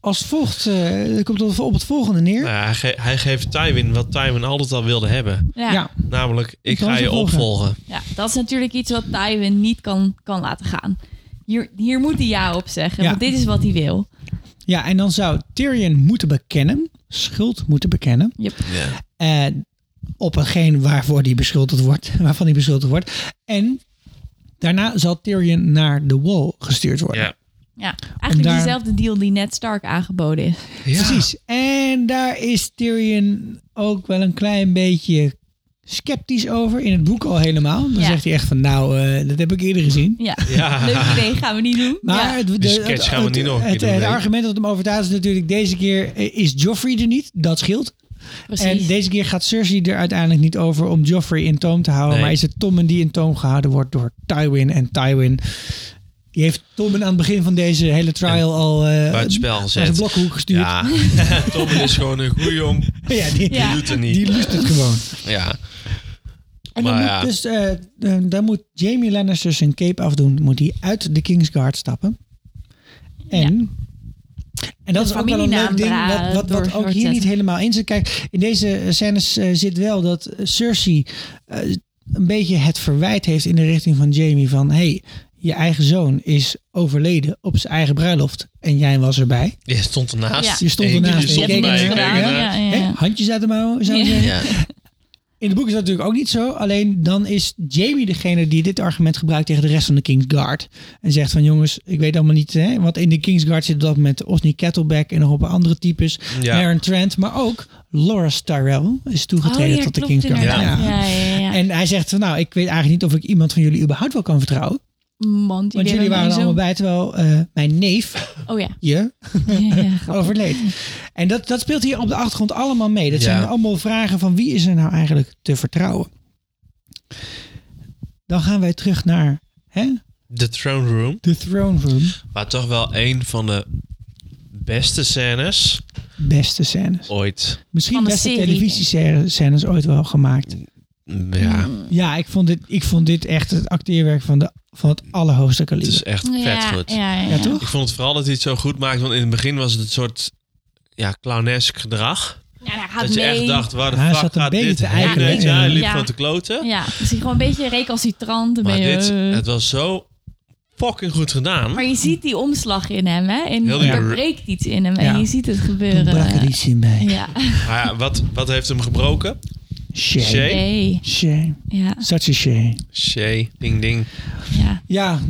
als volgt, eh, die komt er op het volgende neer. Nou ja, hij, ge- hij geeft Tywin wat Tywin altijd al wilde hebben. Ja. Ja. Namelijk, ik kan ga ze je volgen. opvolgen. Ja, dat is natuurlijk iets wat Tywin niet kan, kan laten gaan. Hier, hier moet hij ja op zeggen, Ja. want dit is wat hij wil. Ja, en dan zou Tyrion moeten bekennen, schuld moeten bekennen. Yep. Eh, op hetgeen waarvoor die beschuldigd wordt, waarvan hij beschuldigd wordt. En daarna zal Tyrion naar de Wall gestuurd worden. Ja, eigenlijk daar- diezelfde deal die Ned Stark aangeboden is. Precies. En daar is Tyrion ook wel een klein beetje sceptisch over. In het boek al helemaal. Dan Ja. zegt hij echt van, nou, eh, dat heb ik eerder gezien. Ja, Ja. leuk idee, gaan we niet doen. Maar Ja. het, de- Die sketch het- gaan we het- niet nog een keer het, doen, het denk ik. argument dat hem overtuigt is natuurlijk deze keer eh, is Joffrey er niet. Dat scheelt. Precies. En deze keer gaat Cersei er uiteindelijk niet over om Joffrey in toom te houden. Nee. Maar is het Tommen die in toom gehouden wordt door Tywin. En Tywin die heeft Tommen aan het begin van deze hele trial al eh Buitenspel naar gezet. zijn blokkenhoek gestuurd. Ja. Tom is gewoon een goeie jong. Ja, die, Die doet het niet. die lust het gewoon. Ja. En dan Maar Nou moet ja. dus, eh, dan- dan moet Jamie Lannister zijn cape afdoen. Moet hij uit de Kingsguard stappen. En, en dat De is ook wel een leuk familienaam ding. Wat, dra- wat, door- wat ook hier doorzetten. niet helemaal in zit. Kijk, in deze eh, scènes eh, zit wel dat eh, Cersei eh, een beetje het verwijt heeft in de richting van Jamie. Van, hey, je eigen zoon is overleden op zijn eigen bruiloft. En jij was erbij. Je stond ernaast. Je stond ernaast. Je stond en je keek erbij. ernaar. keek ernaar. Ja, ja, ja. Hè? Handjes uit de mouwen, zou je Ja. zeggen. Ja. In het boek is dat natuurlijk ook niet zo. Alleen dan is Jamie degene die dit argument gebruikt tegen de rest van de Kingsguard. En zegt van jongens, ik weet allemaal niet. Hè, want in de Kingsguard zit op dat moment Osney Kettleback en nog een paar andere types. Ja. Maren Trent, maar ook Loras Tyrell is toegetreden Oh ja, tot de klopt Kingsguard. inderdaad. Ja, ja, ja, ja. En hij zegt van nou, ik weet eigenlijk niet of ik iemand van jullie überhaupt wel kan vertrouwen. Want, Want jullie waren er allemaal bij, terwijl eh, mijn neef, Oh ja. je, ja, overleed. En dat, dat speelt hier op de achtergrond allemaal mee. Dat Ja. zijn allemaal vragen van wie is er nou eigenlijk te vertrouwen? Dan gaan wij terug naar hè, The Throne Room. de throne room. Maar toch wel een van de beste scènes Beste scènes. ooit. Misschien Van de beste serie. televisiescènes ooit wel gemaakt. Ja, Ja, ik vond dit, ik vond dit echt het acteerwerk van, de, van het allerhoogste het kaliber. is echt vet Mm. Ja, goed. ja, ja. Ja, toch? Ik vond het vooral dat hij het zo goed maakte. Want in het begin was het een soort ja, clownesk gedrag. Ja, hij gaat Dat je mee. echt dacht, waar de Hij fuck zat een gaat beetje dit te heen? eiken, Weet je, hè? Hij liep Ah, Ja. gewoon te kloten. Ja, dus hij gewoon een beetje recalcitrant. een Maar beetje, dit, eh. het was zo fucking goed gedaan. Maar je ziet die omslag in hem, hè? En Heel die- er breekt iets in hem Ja. en je ziet het gebeuren. Brak er iets in mij. Ja. Maar ja, wat, wat heeft hem gebroken? Shame. Shame. Nee. Shame. Ja. Such a shame. Shay, ding ding. ja. Ja,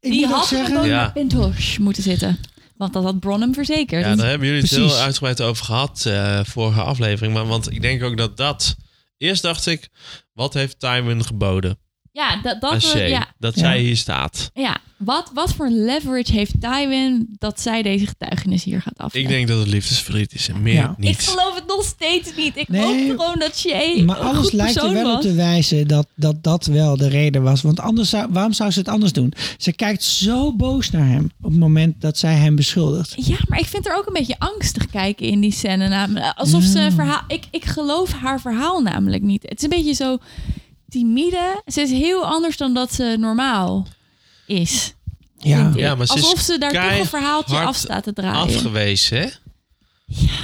ik Die moet ook had zeggen... gewoon Ja. naar Pintosh moeten zitten. Want dat had Bronham verzekerd. Dus Ja, daar hebben jullie het Precies. heel uitgebreid over gehad eh, vorige aflevering. Maar, want ik denk ook dat dat... Eerst dacht ik, wat heeft Timon geboden? Ja, dat, dat, aan we- Shay? ja. Dat Ja. zij hier staat. ja. Wat, wat voor leverage heeft Tywin dat zij deze getuigenis hier gaat afleggen? Ik denk dat het liefdesverdriet is en meer Ja. niet. Ik geloof het nog steeds niet. Ik Nee, hoop gewoon dat Shay Maar een alles goed lijkt er persoon wel op was. te wijzen dat, dat dat wel de reden was. Want anders zou- waarom zou ze het anders doen? Ze kijkt zo boos naar hem op het moment dat zij hem beschuldigt. Ja, maar ik vind er ook een beetje angstig kijken in die scène. Namelijk. Alsof ze verhaal. Ik, ik geloof haar verhaal namelijk niet. Het is een beetje zo timide. Ze is heel anders dan dat ze normaal is. Ja, Ja, maar ze is Alsof ze daar toch een keihard verhaaltje af staat te draaien. afgewezen hè?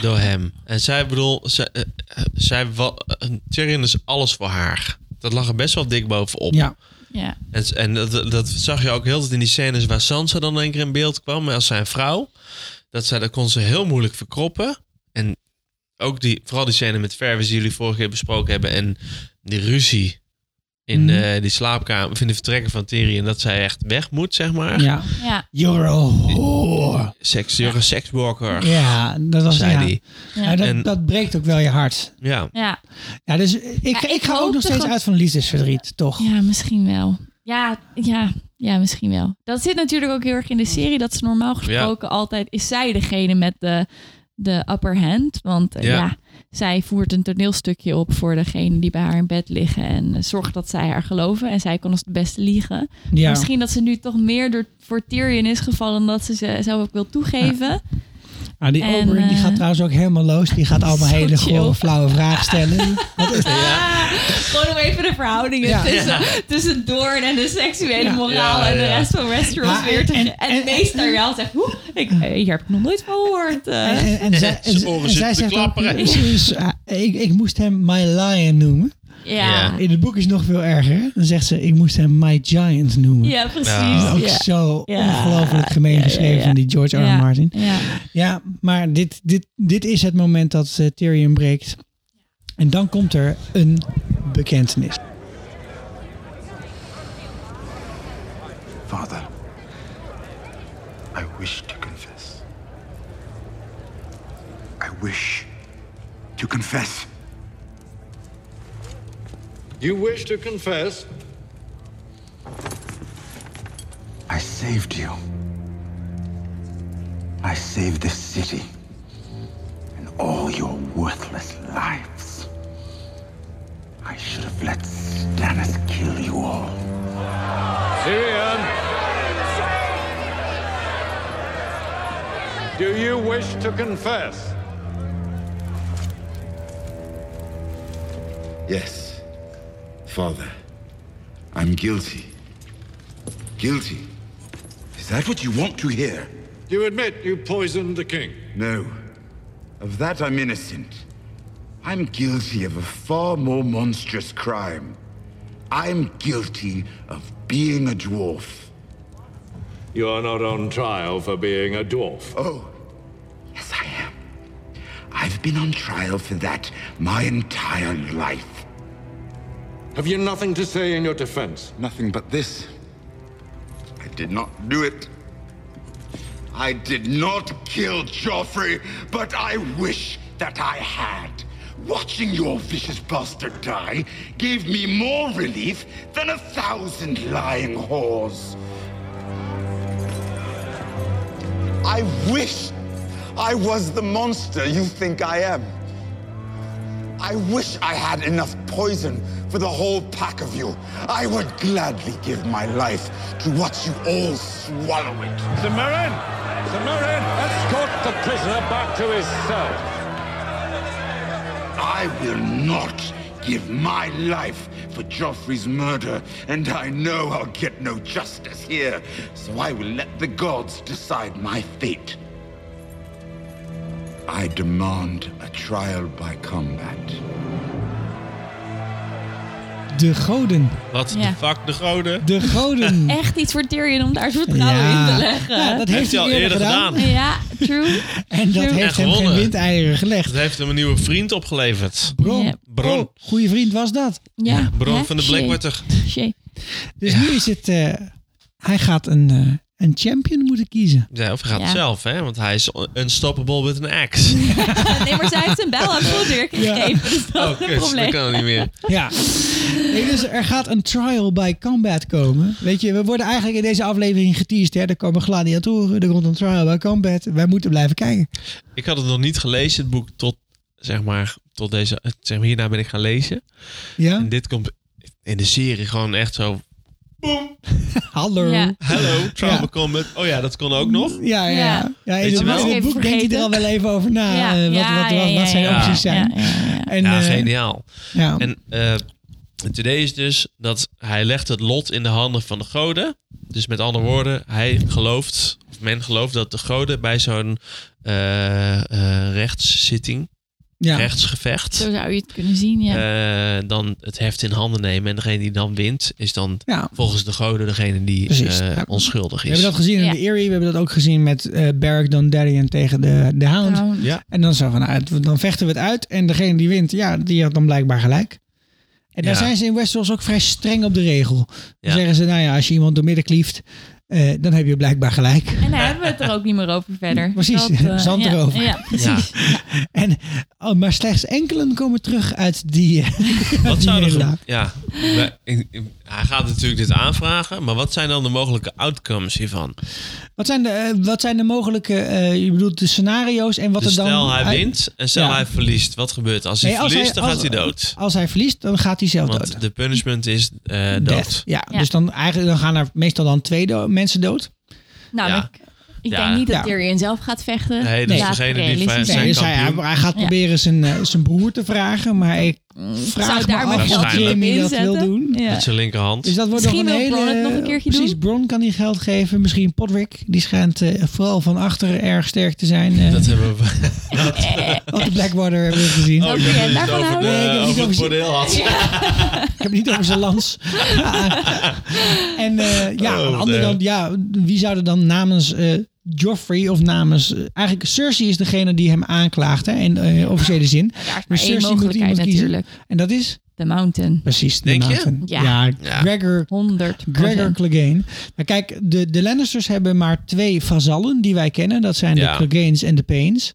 door hem. En zij bedoel, zij, eh, eh, zij wa- eh, Tyrion is alles voor haar. Dat lag er best wel dik bovenop. ja. ja. En, en dat, dat zag je ook heel veel in die scènes waar Sansa dan een keer in beeld kwam als zijn vrouw. Dat, zij, dat kon ze heel moeilijk verkroppen. En ook die, vooral die scène met Verwes die jullie vorige keer besproken hebben. En die ruzie in Mhm. eh, die slaapkamer, of in de vertrekken van Tyrion. Dat zij echt weg moet, zeg maar. ja. Ja. You're a whore. Seks, you're a sex worker, Ja, dat was zei ja. die. Ja. Ja, dat, En- dat breekt ook wel je hart. Ja. Ja. Ja, dus ik, ik, ik ga hoop ook nog toch steeds dat- uit van liefdesverdriet, toch? ja, misschien wel. Ja, ja, ja, misschien wel. Dat zit natuurlijk ook heel erg in de serie. Dat ze normaal gesproken altijd... Is zij degene met de, de upper hand? Want eh, Ja. ja. zij voert een toneelstukje op voor degene die bij haar in bed liggen. En eh, zorgt dat zij haar geloven. En zij kon als de beste liegen. Ja. Misschien dat ze nu toch meer door, voor Tyrion is gevallen... dan dat ze ze- zelf ook wil toegeven. Ah, die En, Oberyn die eh, gaat trouwens ook helemaal los. Die gaat allemaal Zo hele chill. gore, flauwe vragen stellen. Wat is Ah, gewoon om even de verhoudingen Ja. tussen, tussen Doorn en de seksuele moraal Ja, en de ja. rest van restaurants Ja, weer te en- En, en- en meester wel zegt, "Oeh, ik, eh, hier heb ik nog nooit van gehoord. eh." En, en zij, en, Zijn oren en zitten te zij zegt ook, klapperen. precies, ah, ik, ik moest hem My Lion noemen. ja. In het boek is het nog veel erger. hè? Dan zegt ze, ik moest hem My Giant noemen. ja, precies. Ja. Ook Ja. zo Ja. ongelooflijk gemeen Ja, ja, geschreven ja. van die George R. R. Ja. Martin. Ja. Ja, maar dit, dit, dit is het moment dat eh, Tyrion breekt. En dan komt er een bekentenis. Father, I wish to confess. I wish to confess. You wish to confess? I saved you. I saved this city and all your worthless lives. I should have let Stannis kill you all. Tyrion! Do you wish to confess? Yes, Father. I'm guilty. Guilty. Is that what you want to hear? Do you admit you poisoned the king? No. Of that I'm innocent. I'm guilty of a far more monstrous crime. I'm guilty of being a dwarf. You are not on trial for being a dwarf. Oh, yes, I am. I've been on trial for that my entire life. Have you nothing to say in your defense? Nothing but this. I did not do it. I did not kill Joffrey, but I wish that I had. Watching your vicious bastard die gave me more relief than a thousand lying whores. I wish I was the monster you think I am. I wish I had enough poison for the whole pack of you. I would gladly give my life to watch you all swallow it. Samarin! Samarin, escort the prisoner back to his cell. I will not give my life for Joffrey's murder, and I know I'll get no justice here, so I will let the gods decide my fate. I demand a trial by combat. De goden. Wat de Ja. fuck, de goden? De goden. Echt iets voor Tyrion om daar zijn vertrouwen Ja. in te leggen. Ja, dat heeft hij al eerder gedaan. Ja, true. En true. dat heeft hem geen gewonnen. windeieren gelegd. Dat heeft hem een nieuwe vriend opgeleverd. Bron. Ja. Bron. Oh, goede vriend was dat. Ja. Bron Hè? van de Shay. Blackwater. Shay. Dus nu is het... eh, hij gaat een, eh, een champion moeten kiezen. Ja, of hij gaat Ja. zelf, hè? Want hij is unstoppable with an axe. Nee, maar zij heeft zijn bijl aan Fuldirk gegeven. Dus dat Oh, is kut, een dat probleem. kan niet meer. Ja. Nee, dus er gaat een trial by combat komen. Weet je, we worden eigenlijk in deze aflevering geteased. Hè? Er komen gladiatoren, er komt een trial by combat. Wij moeten blijven kijken. Ik had het nog niet gelezen, het boek, tot zeg maar, tot deze, zeg maar, hierna ben ik gaan lezen. Ja? En dit komt in de serie gewoon echt zo. Boom. Hallo. Ja. Hallo, Trauma Combat. Oh ja, dat kon ook nog. Ja, ja. ja. ja in Weet het, je wel? in het boek denkt hij er al wel even over na. Ja, eh, wat, ja, wat, wat, ja, wat zijn ja, opties ja, zijn. ja, ja, ja. En, ja, eh, geniaal. ja. En eh het idee is dus dat hij legt het lot in de handen van de goden. Dus met andere woorden, hij gelooft, of men gelooft dat de goden bij zo'n eh, eh, rechtszitting, Ja. rechtsgevecht, Zo zou je het kunnen zien, ja. eh, dan het heft in handen nemen. En degene die dan wint, is dan Ja. volgens de goden degene die Precies. eh, Ja. onschuldig We is. hebben dat gezien in Ja. de Erie. We hebben dat ook gezien met eh Beric Dondarrion tegen de, de Hound. Hound. Ja. En dan zo van, nou, het- dan vechten we het uit. En degene die wint, ja, die had dan blijkbaar gelijk. En daar Ja. zijn ze in Westeros ook vrij streng op de regel. Dan Ja. zeggen ze, nou ja, als je iemand door midden klieft, eh, dan heb je blijkbaar gelijk. En Eh, daar hebben we het er ook niet meer over verder. Precies, eh, zand ja, erover. Ja, precies. En, oh, maar slechts enkelen komen terug uit die... eh, Wat die zou er nederlaag. gebeuren? Ja, Wij- ik- ik- hij gaat natuurlijk dit aanvragen, maar wat zijn dan de mogelijke outcomes hiervan? Wat zijn de, eh, wat zijn de mogelijke, eh, je bedoelt de scenario's en wat Dus er dan... stel hij uit- wint en stel Ja. hij verliest, wat gebeurt er? Als hij Nee, als verliest, dan als- gaat hij dood. Als hij verliest, dan gaat hij zelf dood. Want de punishment is eh, Death. dood. Ja, Ja. dus dan, eigenlijk, dan gaan er meestal dan twee do- mensen dood. Nou, Ja. ik, ik Ja. denk niet dat Ja. Tyrion zelf gaat vechten. Nee, dat is Laat degene die realistisch vijf- zijn. zijn Nee, dus hij, kampioen. hij gaat Ja. proberen zijn, eh, zijn broer te vragen, maar ik vraag Zou me daar maar af geld of op Jamie dat wil inzetten? doen. Ja. Met zijn linkerhand. Dus dat wordt Misschien nog een wil hele... Bron het nog een keertje precies, doen. Bron kan die geld geven. Misschien Podrick. Die schijnt eh, vooral van achteren erg sterk te zijn. eh Dat hebben we... wat de Blackwater hebben we gezien. Oh, Oké, ik dacht dat en je het daarvan over, houden we- nou Nee, ik de, Oh. heb niet over het over- bordeel had. Ik heb het niet over zijn lans. en eh, ja, Oh, aan de andere nee. kant, ja, wie zou er dan namens eh, Joffrey of namens... eh, eigenlijk Cersei is degene die hem aanklaagt, hè, in eh, officiële zin. Daar is Maar maar één Cersei moet mogelijkheid iemand kiezen. natuurlijk. En dat is The Mountain. precies de Denk je? Mountain. Ja. Ja, Ja. Gregor, 100 Gregor Clegane. Maar kijk, de, de Lannisters hebben maar twee vazallen die wij kennen. Dat zijn Ja. de Cleganes en de Paynes.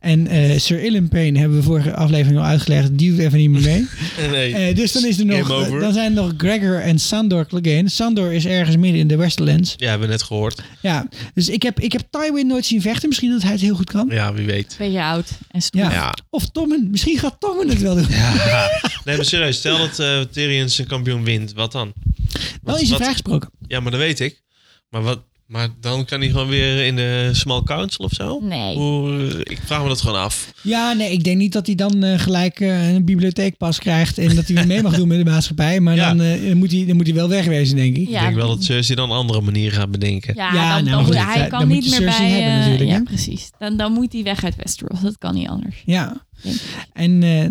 En eh, Sir Ilyn Payne hebben we vorige aflevering al uitgelegd. Die doet even niet meer mee. Nee. Eh, dus dan, is er Game nog, over. dan zijn er nog Gregor en Sandor Clegane. Sandor is ergens midden in de Westerlands. Ja, hebben we net gehoord. Ja, dus ik heb, ik heb Tywin nooit zien vechten. Misschien dat hij het heel goed kan. Ja, wie weet. Beetje oud en stoer. Ja. Ja. Of Tommen. Misschien gaat Tommen het wel doen. Nee, maar serieus. Stel dat eh Tyrion zijn kampioen wint. Wat dan? wel Nou, is hij wat- vrijgesproken. Ja, maar dat weet ik. Maar, wat, maar dan kan hij gewoon weer in de small council of zo? Nee. Hoe- eh, ik vraag me dat gewoon af. Ja, nee, ik denk niet dat hij dan eh, gelijk eh, een bibliotheekpas krijgt. En dat hij weer mee mag doen met de maatschappij. Maar Ja. dan, eh, moet hij, dan moet hij wel wegwezen, denk ik. Ik denk wel dat Cersei dan een andere manier gaat bedenken. Ja, Ja, dan, nou dan moet, goed, dat- hij dat kan moet niet je meer Cersei bij... hebben eh, natuurlijk, ja, hè? precies. Dan, dan moet hij weg uit Westeros. Dat kan niet anders. Ja. denk ik. En eh,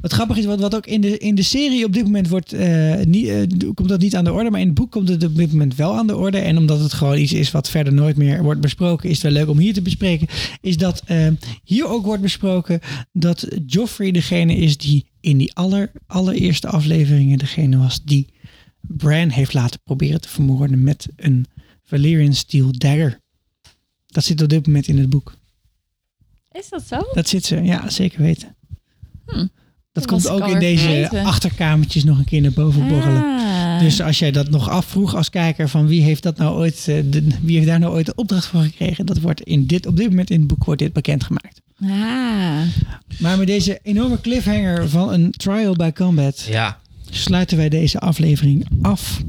wat grappig is, wat, wat ook in de, in de serie op dit moment wordt, eh, niet, eh, komt dat niet aan de orde. Maar in het boek komt het op dit moment wel aan de orde. En omdat het gewoon iets is wat verder nooit meer wordt besproken, is het wel leuk om hier te bespreken. Is dat eh, hier ook wordt besproken dat Joffrey degene is die in die aller, allereerste afleveringen degene was die Bran heeft laten proberen te vermoorden met een Valyrian steel dagger. Dat zit op dit moment in het boek. Is dat zo? Dat zit ze, ja, zeker weten. Dat Dat komt Hmm. was ik ook in alweer deze vergeten. achterkamertjes nog een keer naar boven borrelen. Ah. Dus als jij dat nog afvroeg als kijker van wie heeft dat nou ooit, eh, de- wie heeft daar nou ooit de opdracht voor gekregen, dat wordt in dit, op dit moment in het boek wordt dit bekendgemaakt. Ah. Maar met deze enorme cliffhanger van een trial by combat Ja. sluiten wij deze aflevering af.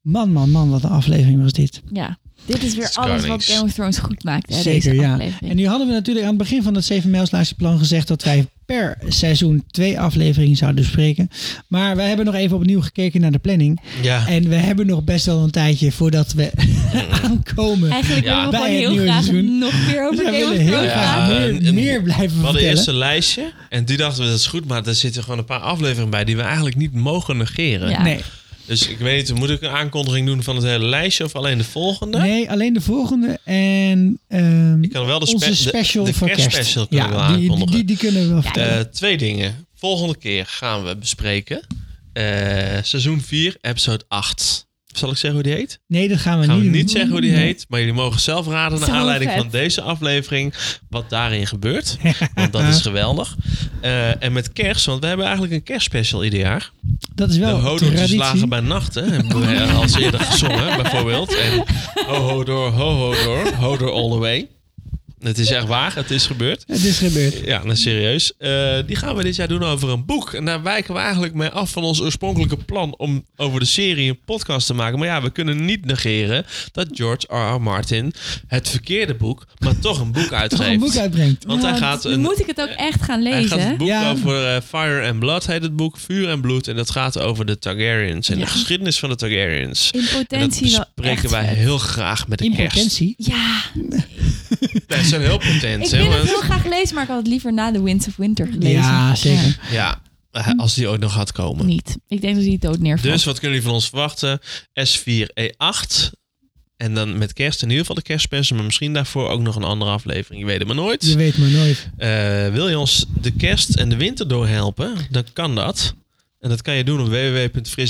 Man, man, man, wat een aflevering was dit. Ja, dit is weer alles wat Scarlings. Game of Thrones goed maakt. Hè, Zeker, deze ja. aflevering. En nu hadden we natuurlijk aan het begin van het 7 mijls plan gezegd dat wij per seizoen twee afleveringen zouden bespreken. Maar wij hebben nog even opnieuw gekeken naar de planning. Ja. En we hebben nog best wel een tijdje voordat we Hmm. aankomen. Eigenlijk Ja. willen we bij gewoon het heel nieuwe graag seizoen. nog meer over Zij Game of willen heel Thrones graag praten. meer- en- en meer blijven We hadden vertellen. eerst een lijstje en die dachten we dat is goed, maar daar zitten gewoon een paar afleveringen bij die we eigenlijk niet mogen negeren. Ja. Nee. Dus ik weet niet, moet ik een aankondiging doen van het hele lijstje of alleen de volgende? Nee, alleen de volgende. En ehm Ik kan wel de, spe- onze special de, de voor kerst. kerstspecial kunnen we wel ja, die, die, aankondigen. die, die kunnen we wel vertellen. Eh, twee dingen. Volgende keer gaan we bespreken eh, seizoen 4, episode 8. Zal ik zeggen hoe die heet? Nee, dat gaan we gaan niet we doen. niet zeggen hoe die Nee. heet, maar jullie mogen zelf raden naar Zo aanleiding vet. van deze aflevering wat daarin gebeurt. Want dat is geweldig. Eh, en met kerst, want we hebben eigenlijk een kerstspecial ieder jaar. Dat is wel de hodootjes Nou, traditie. lagen bij nachten, hebben we eh, al eerder gezongen bijvoorbeeld. En ho ho door, ho ho door, ho door all the way. Het is echt waar, het is gebeurd. Het is gebeurd. Ja, nou serieus. Eh, die gaan we dit jaar doen over een boek. En daar wijken we eigenlijk mee af van ons oorspronkelijke plan om over de serie een podcast te maken. Maar ja, we kunnen niet negeren dat George R.R. Martin het verkeerde boek, maar toch een boek uitgeeft. een boek uitbrengt. Want hij Ja, gaat dan een, moet ik het ook echt gaan hij lezen? gaat het boek ja. over eh, Fire and Blood, heet het boek. Vuur en Bloed. En dat gaat over de Targaryens en de geschiedenis van de Targaryens. In potentie en wel dat bespreken echt wij vet. heel graag met de In kerst. potentie? Ja, Dat is een heel potent. ik hè, wil het want- heel graag lezen, maar ik had het liever na The Winds of Winter gelezen. Ja, zeker. Ja, eh, als die ooit nog gaat komen. Niet. Ik denk dat hij dood neervalt. Dus wat kunnen jullie van ons verwachten? S4E8. En dan met kerst, in ieder geval de kerstspecial, maar misschien daarvoor ook nog een andere aflevering. Je weet het maar nooit. Je weet maar nooit. Eh, wil je ons de kerst en de winter doorhelpen? Dan kan dat. En dat kan je doen op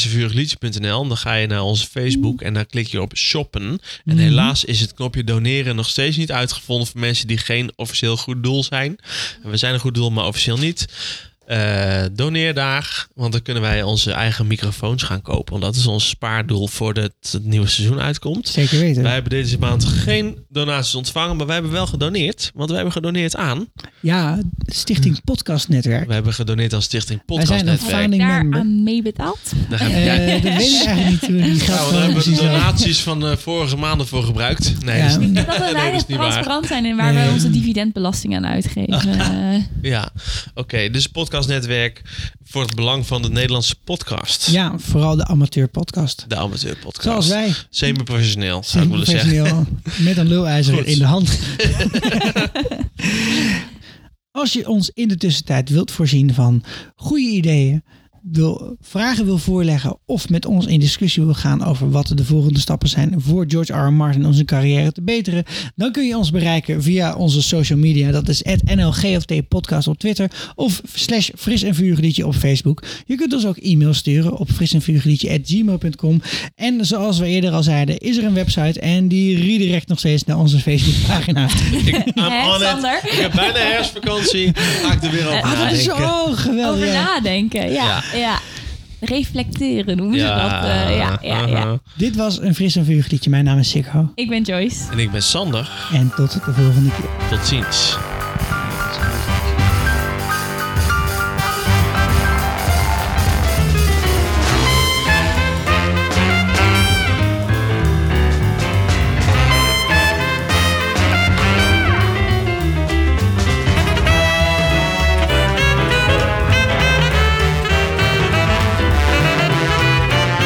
www.frissevuurigliedje.nl. Dan ga je naar onze Facebook en daar klik je op shoppen. En Mhm. helaas is het knopje doneren nog steeds niet uitgevonden voor mensen die geen officieel goed doel zijn. En we zijn een goed doel, maar officieel niet. Eh, doneer daar, want dan kunnen wij onze eigen microfoons gaan kopen. Want dat is ons spaardoel voordat het nieuwe seizoen uitkomt. Zeker weten. Wij hebben deze maand geen donaties ontvangen, maar wij hebben wel gedoneerd. Want wij hebben gedoneerd aan. Ja, Stichting Hmm. Podcast Netwerk. We hebben gedoneerd aan Stichting Wij Podcast zijn een Netwerk. founding daar member. aan mee betaald. Daar Eh, hebben we- dat weet ik eigenlijk niet hoe die gaat. Nou, daar hebben we de donaties van eh, vorige maanden voor gebruikt. Nee, Ja. dat is niet, Dat we nee, dat weinig is niet waar. transparant zijn in waar wij onze dividendbelasting aan uitgeven. Eh, Ja, oké. dus Podcast Netwerk voor het belang van de Nederlandse podcast. Ja, vooral de amateur podcast. De amateur podcast. Zoals wij. Semi-professioneel, zou ik willen Professioneel zeggen. met een lulijzer Goed. in de hand. Als je ons in de tussentijd wilt voorzien van goede ideeën, wil, vragen wil voorleggen of met ons in discussie wil gaan over wat de volgende stappen zijn voor George R. R. Martin om zijn carrière te beteren, dan kun je ons bereiken via onze social media. Dat is NLGFT podcast op Twitter of slash fris en vurig liedje op Facebook. Je kunt ons ook e-mail sturen op fris en vurig liedje at gmail.com. En zoals we eerder al zeiden, is er een website en die redirect nog steeds naar onze Facebookpagina. I'm Hè, on it. Sander? Ik heb bijna herfstvakantie. Ga ik er weer over Ah, dat is nadenken. zo geweldig. over ja. nadenken. Ja, ja. Reflecteren noemen ze Ja. Uh-huh. dat. eh, ja, ja, ja. Aha. Dit was een fris en vurig liedje. Mijn naam is Sikko. Ik ben Joyce. En ik ben Sander. En tot de volgende keer. Tot ziens. Thank you.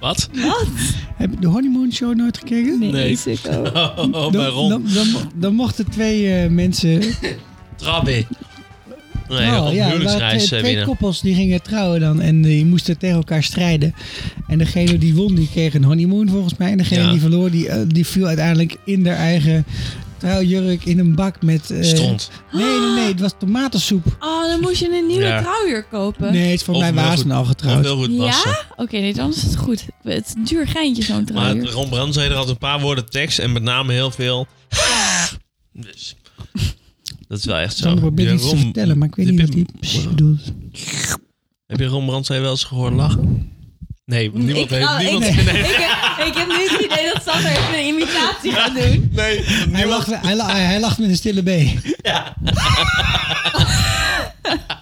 Wat? Wat? Heb je de Honeymoon Show nooit gekeken? Nee. Dan, Oh, waarom? dan, dan, dan mochten twee eh, mensen... Trabbe. Nee, Nou, op ja, er waren twee, huwelijksreis eh, twee winnen. koppels die gingen trouwen dan en die moesten tegen elkaar strijden. En degene die won, die kreeg een honeymoon volgens mij. En degene Ja. die verloor, die, eh, die viel uiteindelijk in haar eigen trouwjurk in een bak met... eh, Stront. Nee, nee, nee. Het was tomatensoep. Oh, dan moest je een nieuwe Ja. trouwjurk kopen. Nee, het is voor mij waren ze nou al getrouwd. Ja? Oké, nee, dan is het goed. Het is een duur geintje, zo'n Maar trouwjurk. Ron Brand zei er altijd een paar woorden tekst en met name heel veel. Dus. Dat is wel echt zo. Ik probeer Heb iets je te Ron- vertellen, maar ik weet niet wat hij precies bedoelt. Heb je Ron Brand zei wel eens gehoord lachen? Nee, niemand ik, heeft. oh, niemand, ik, nee. ik, heb- ik heb nu het idee dat Sander even een imitatie gaat doen. Nee, Hij lacht, hij, la- hij lacht met een stille B.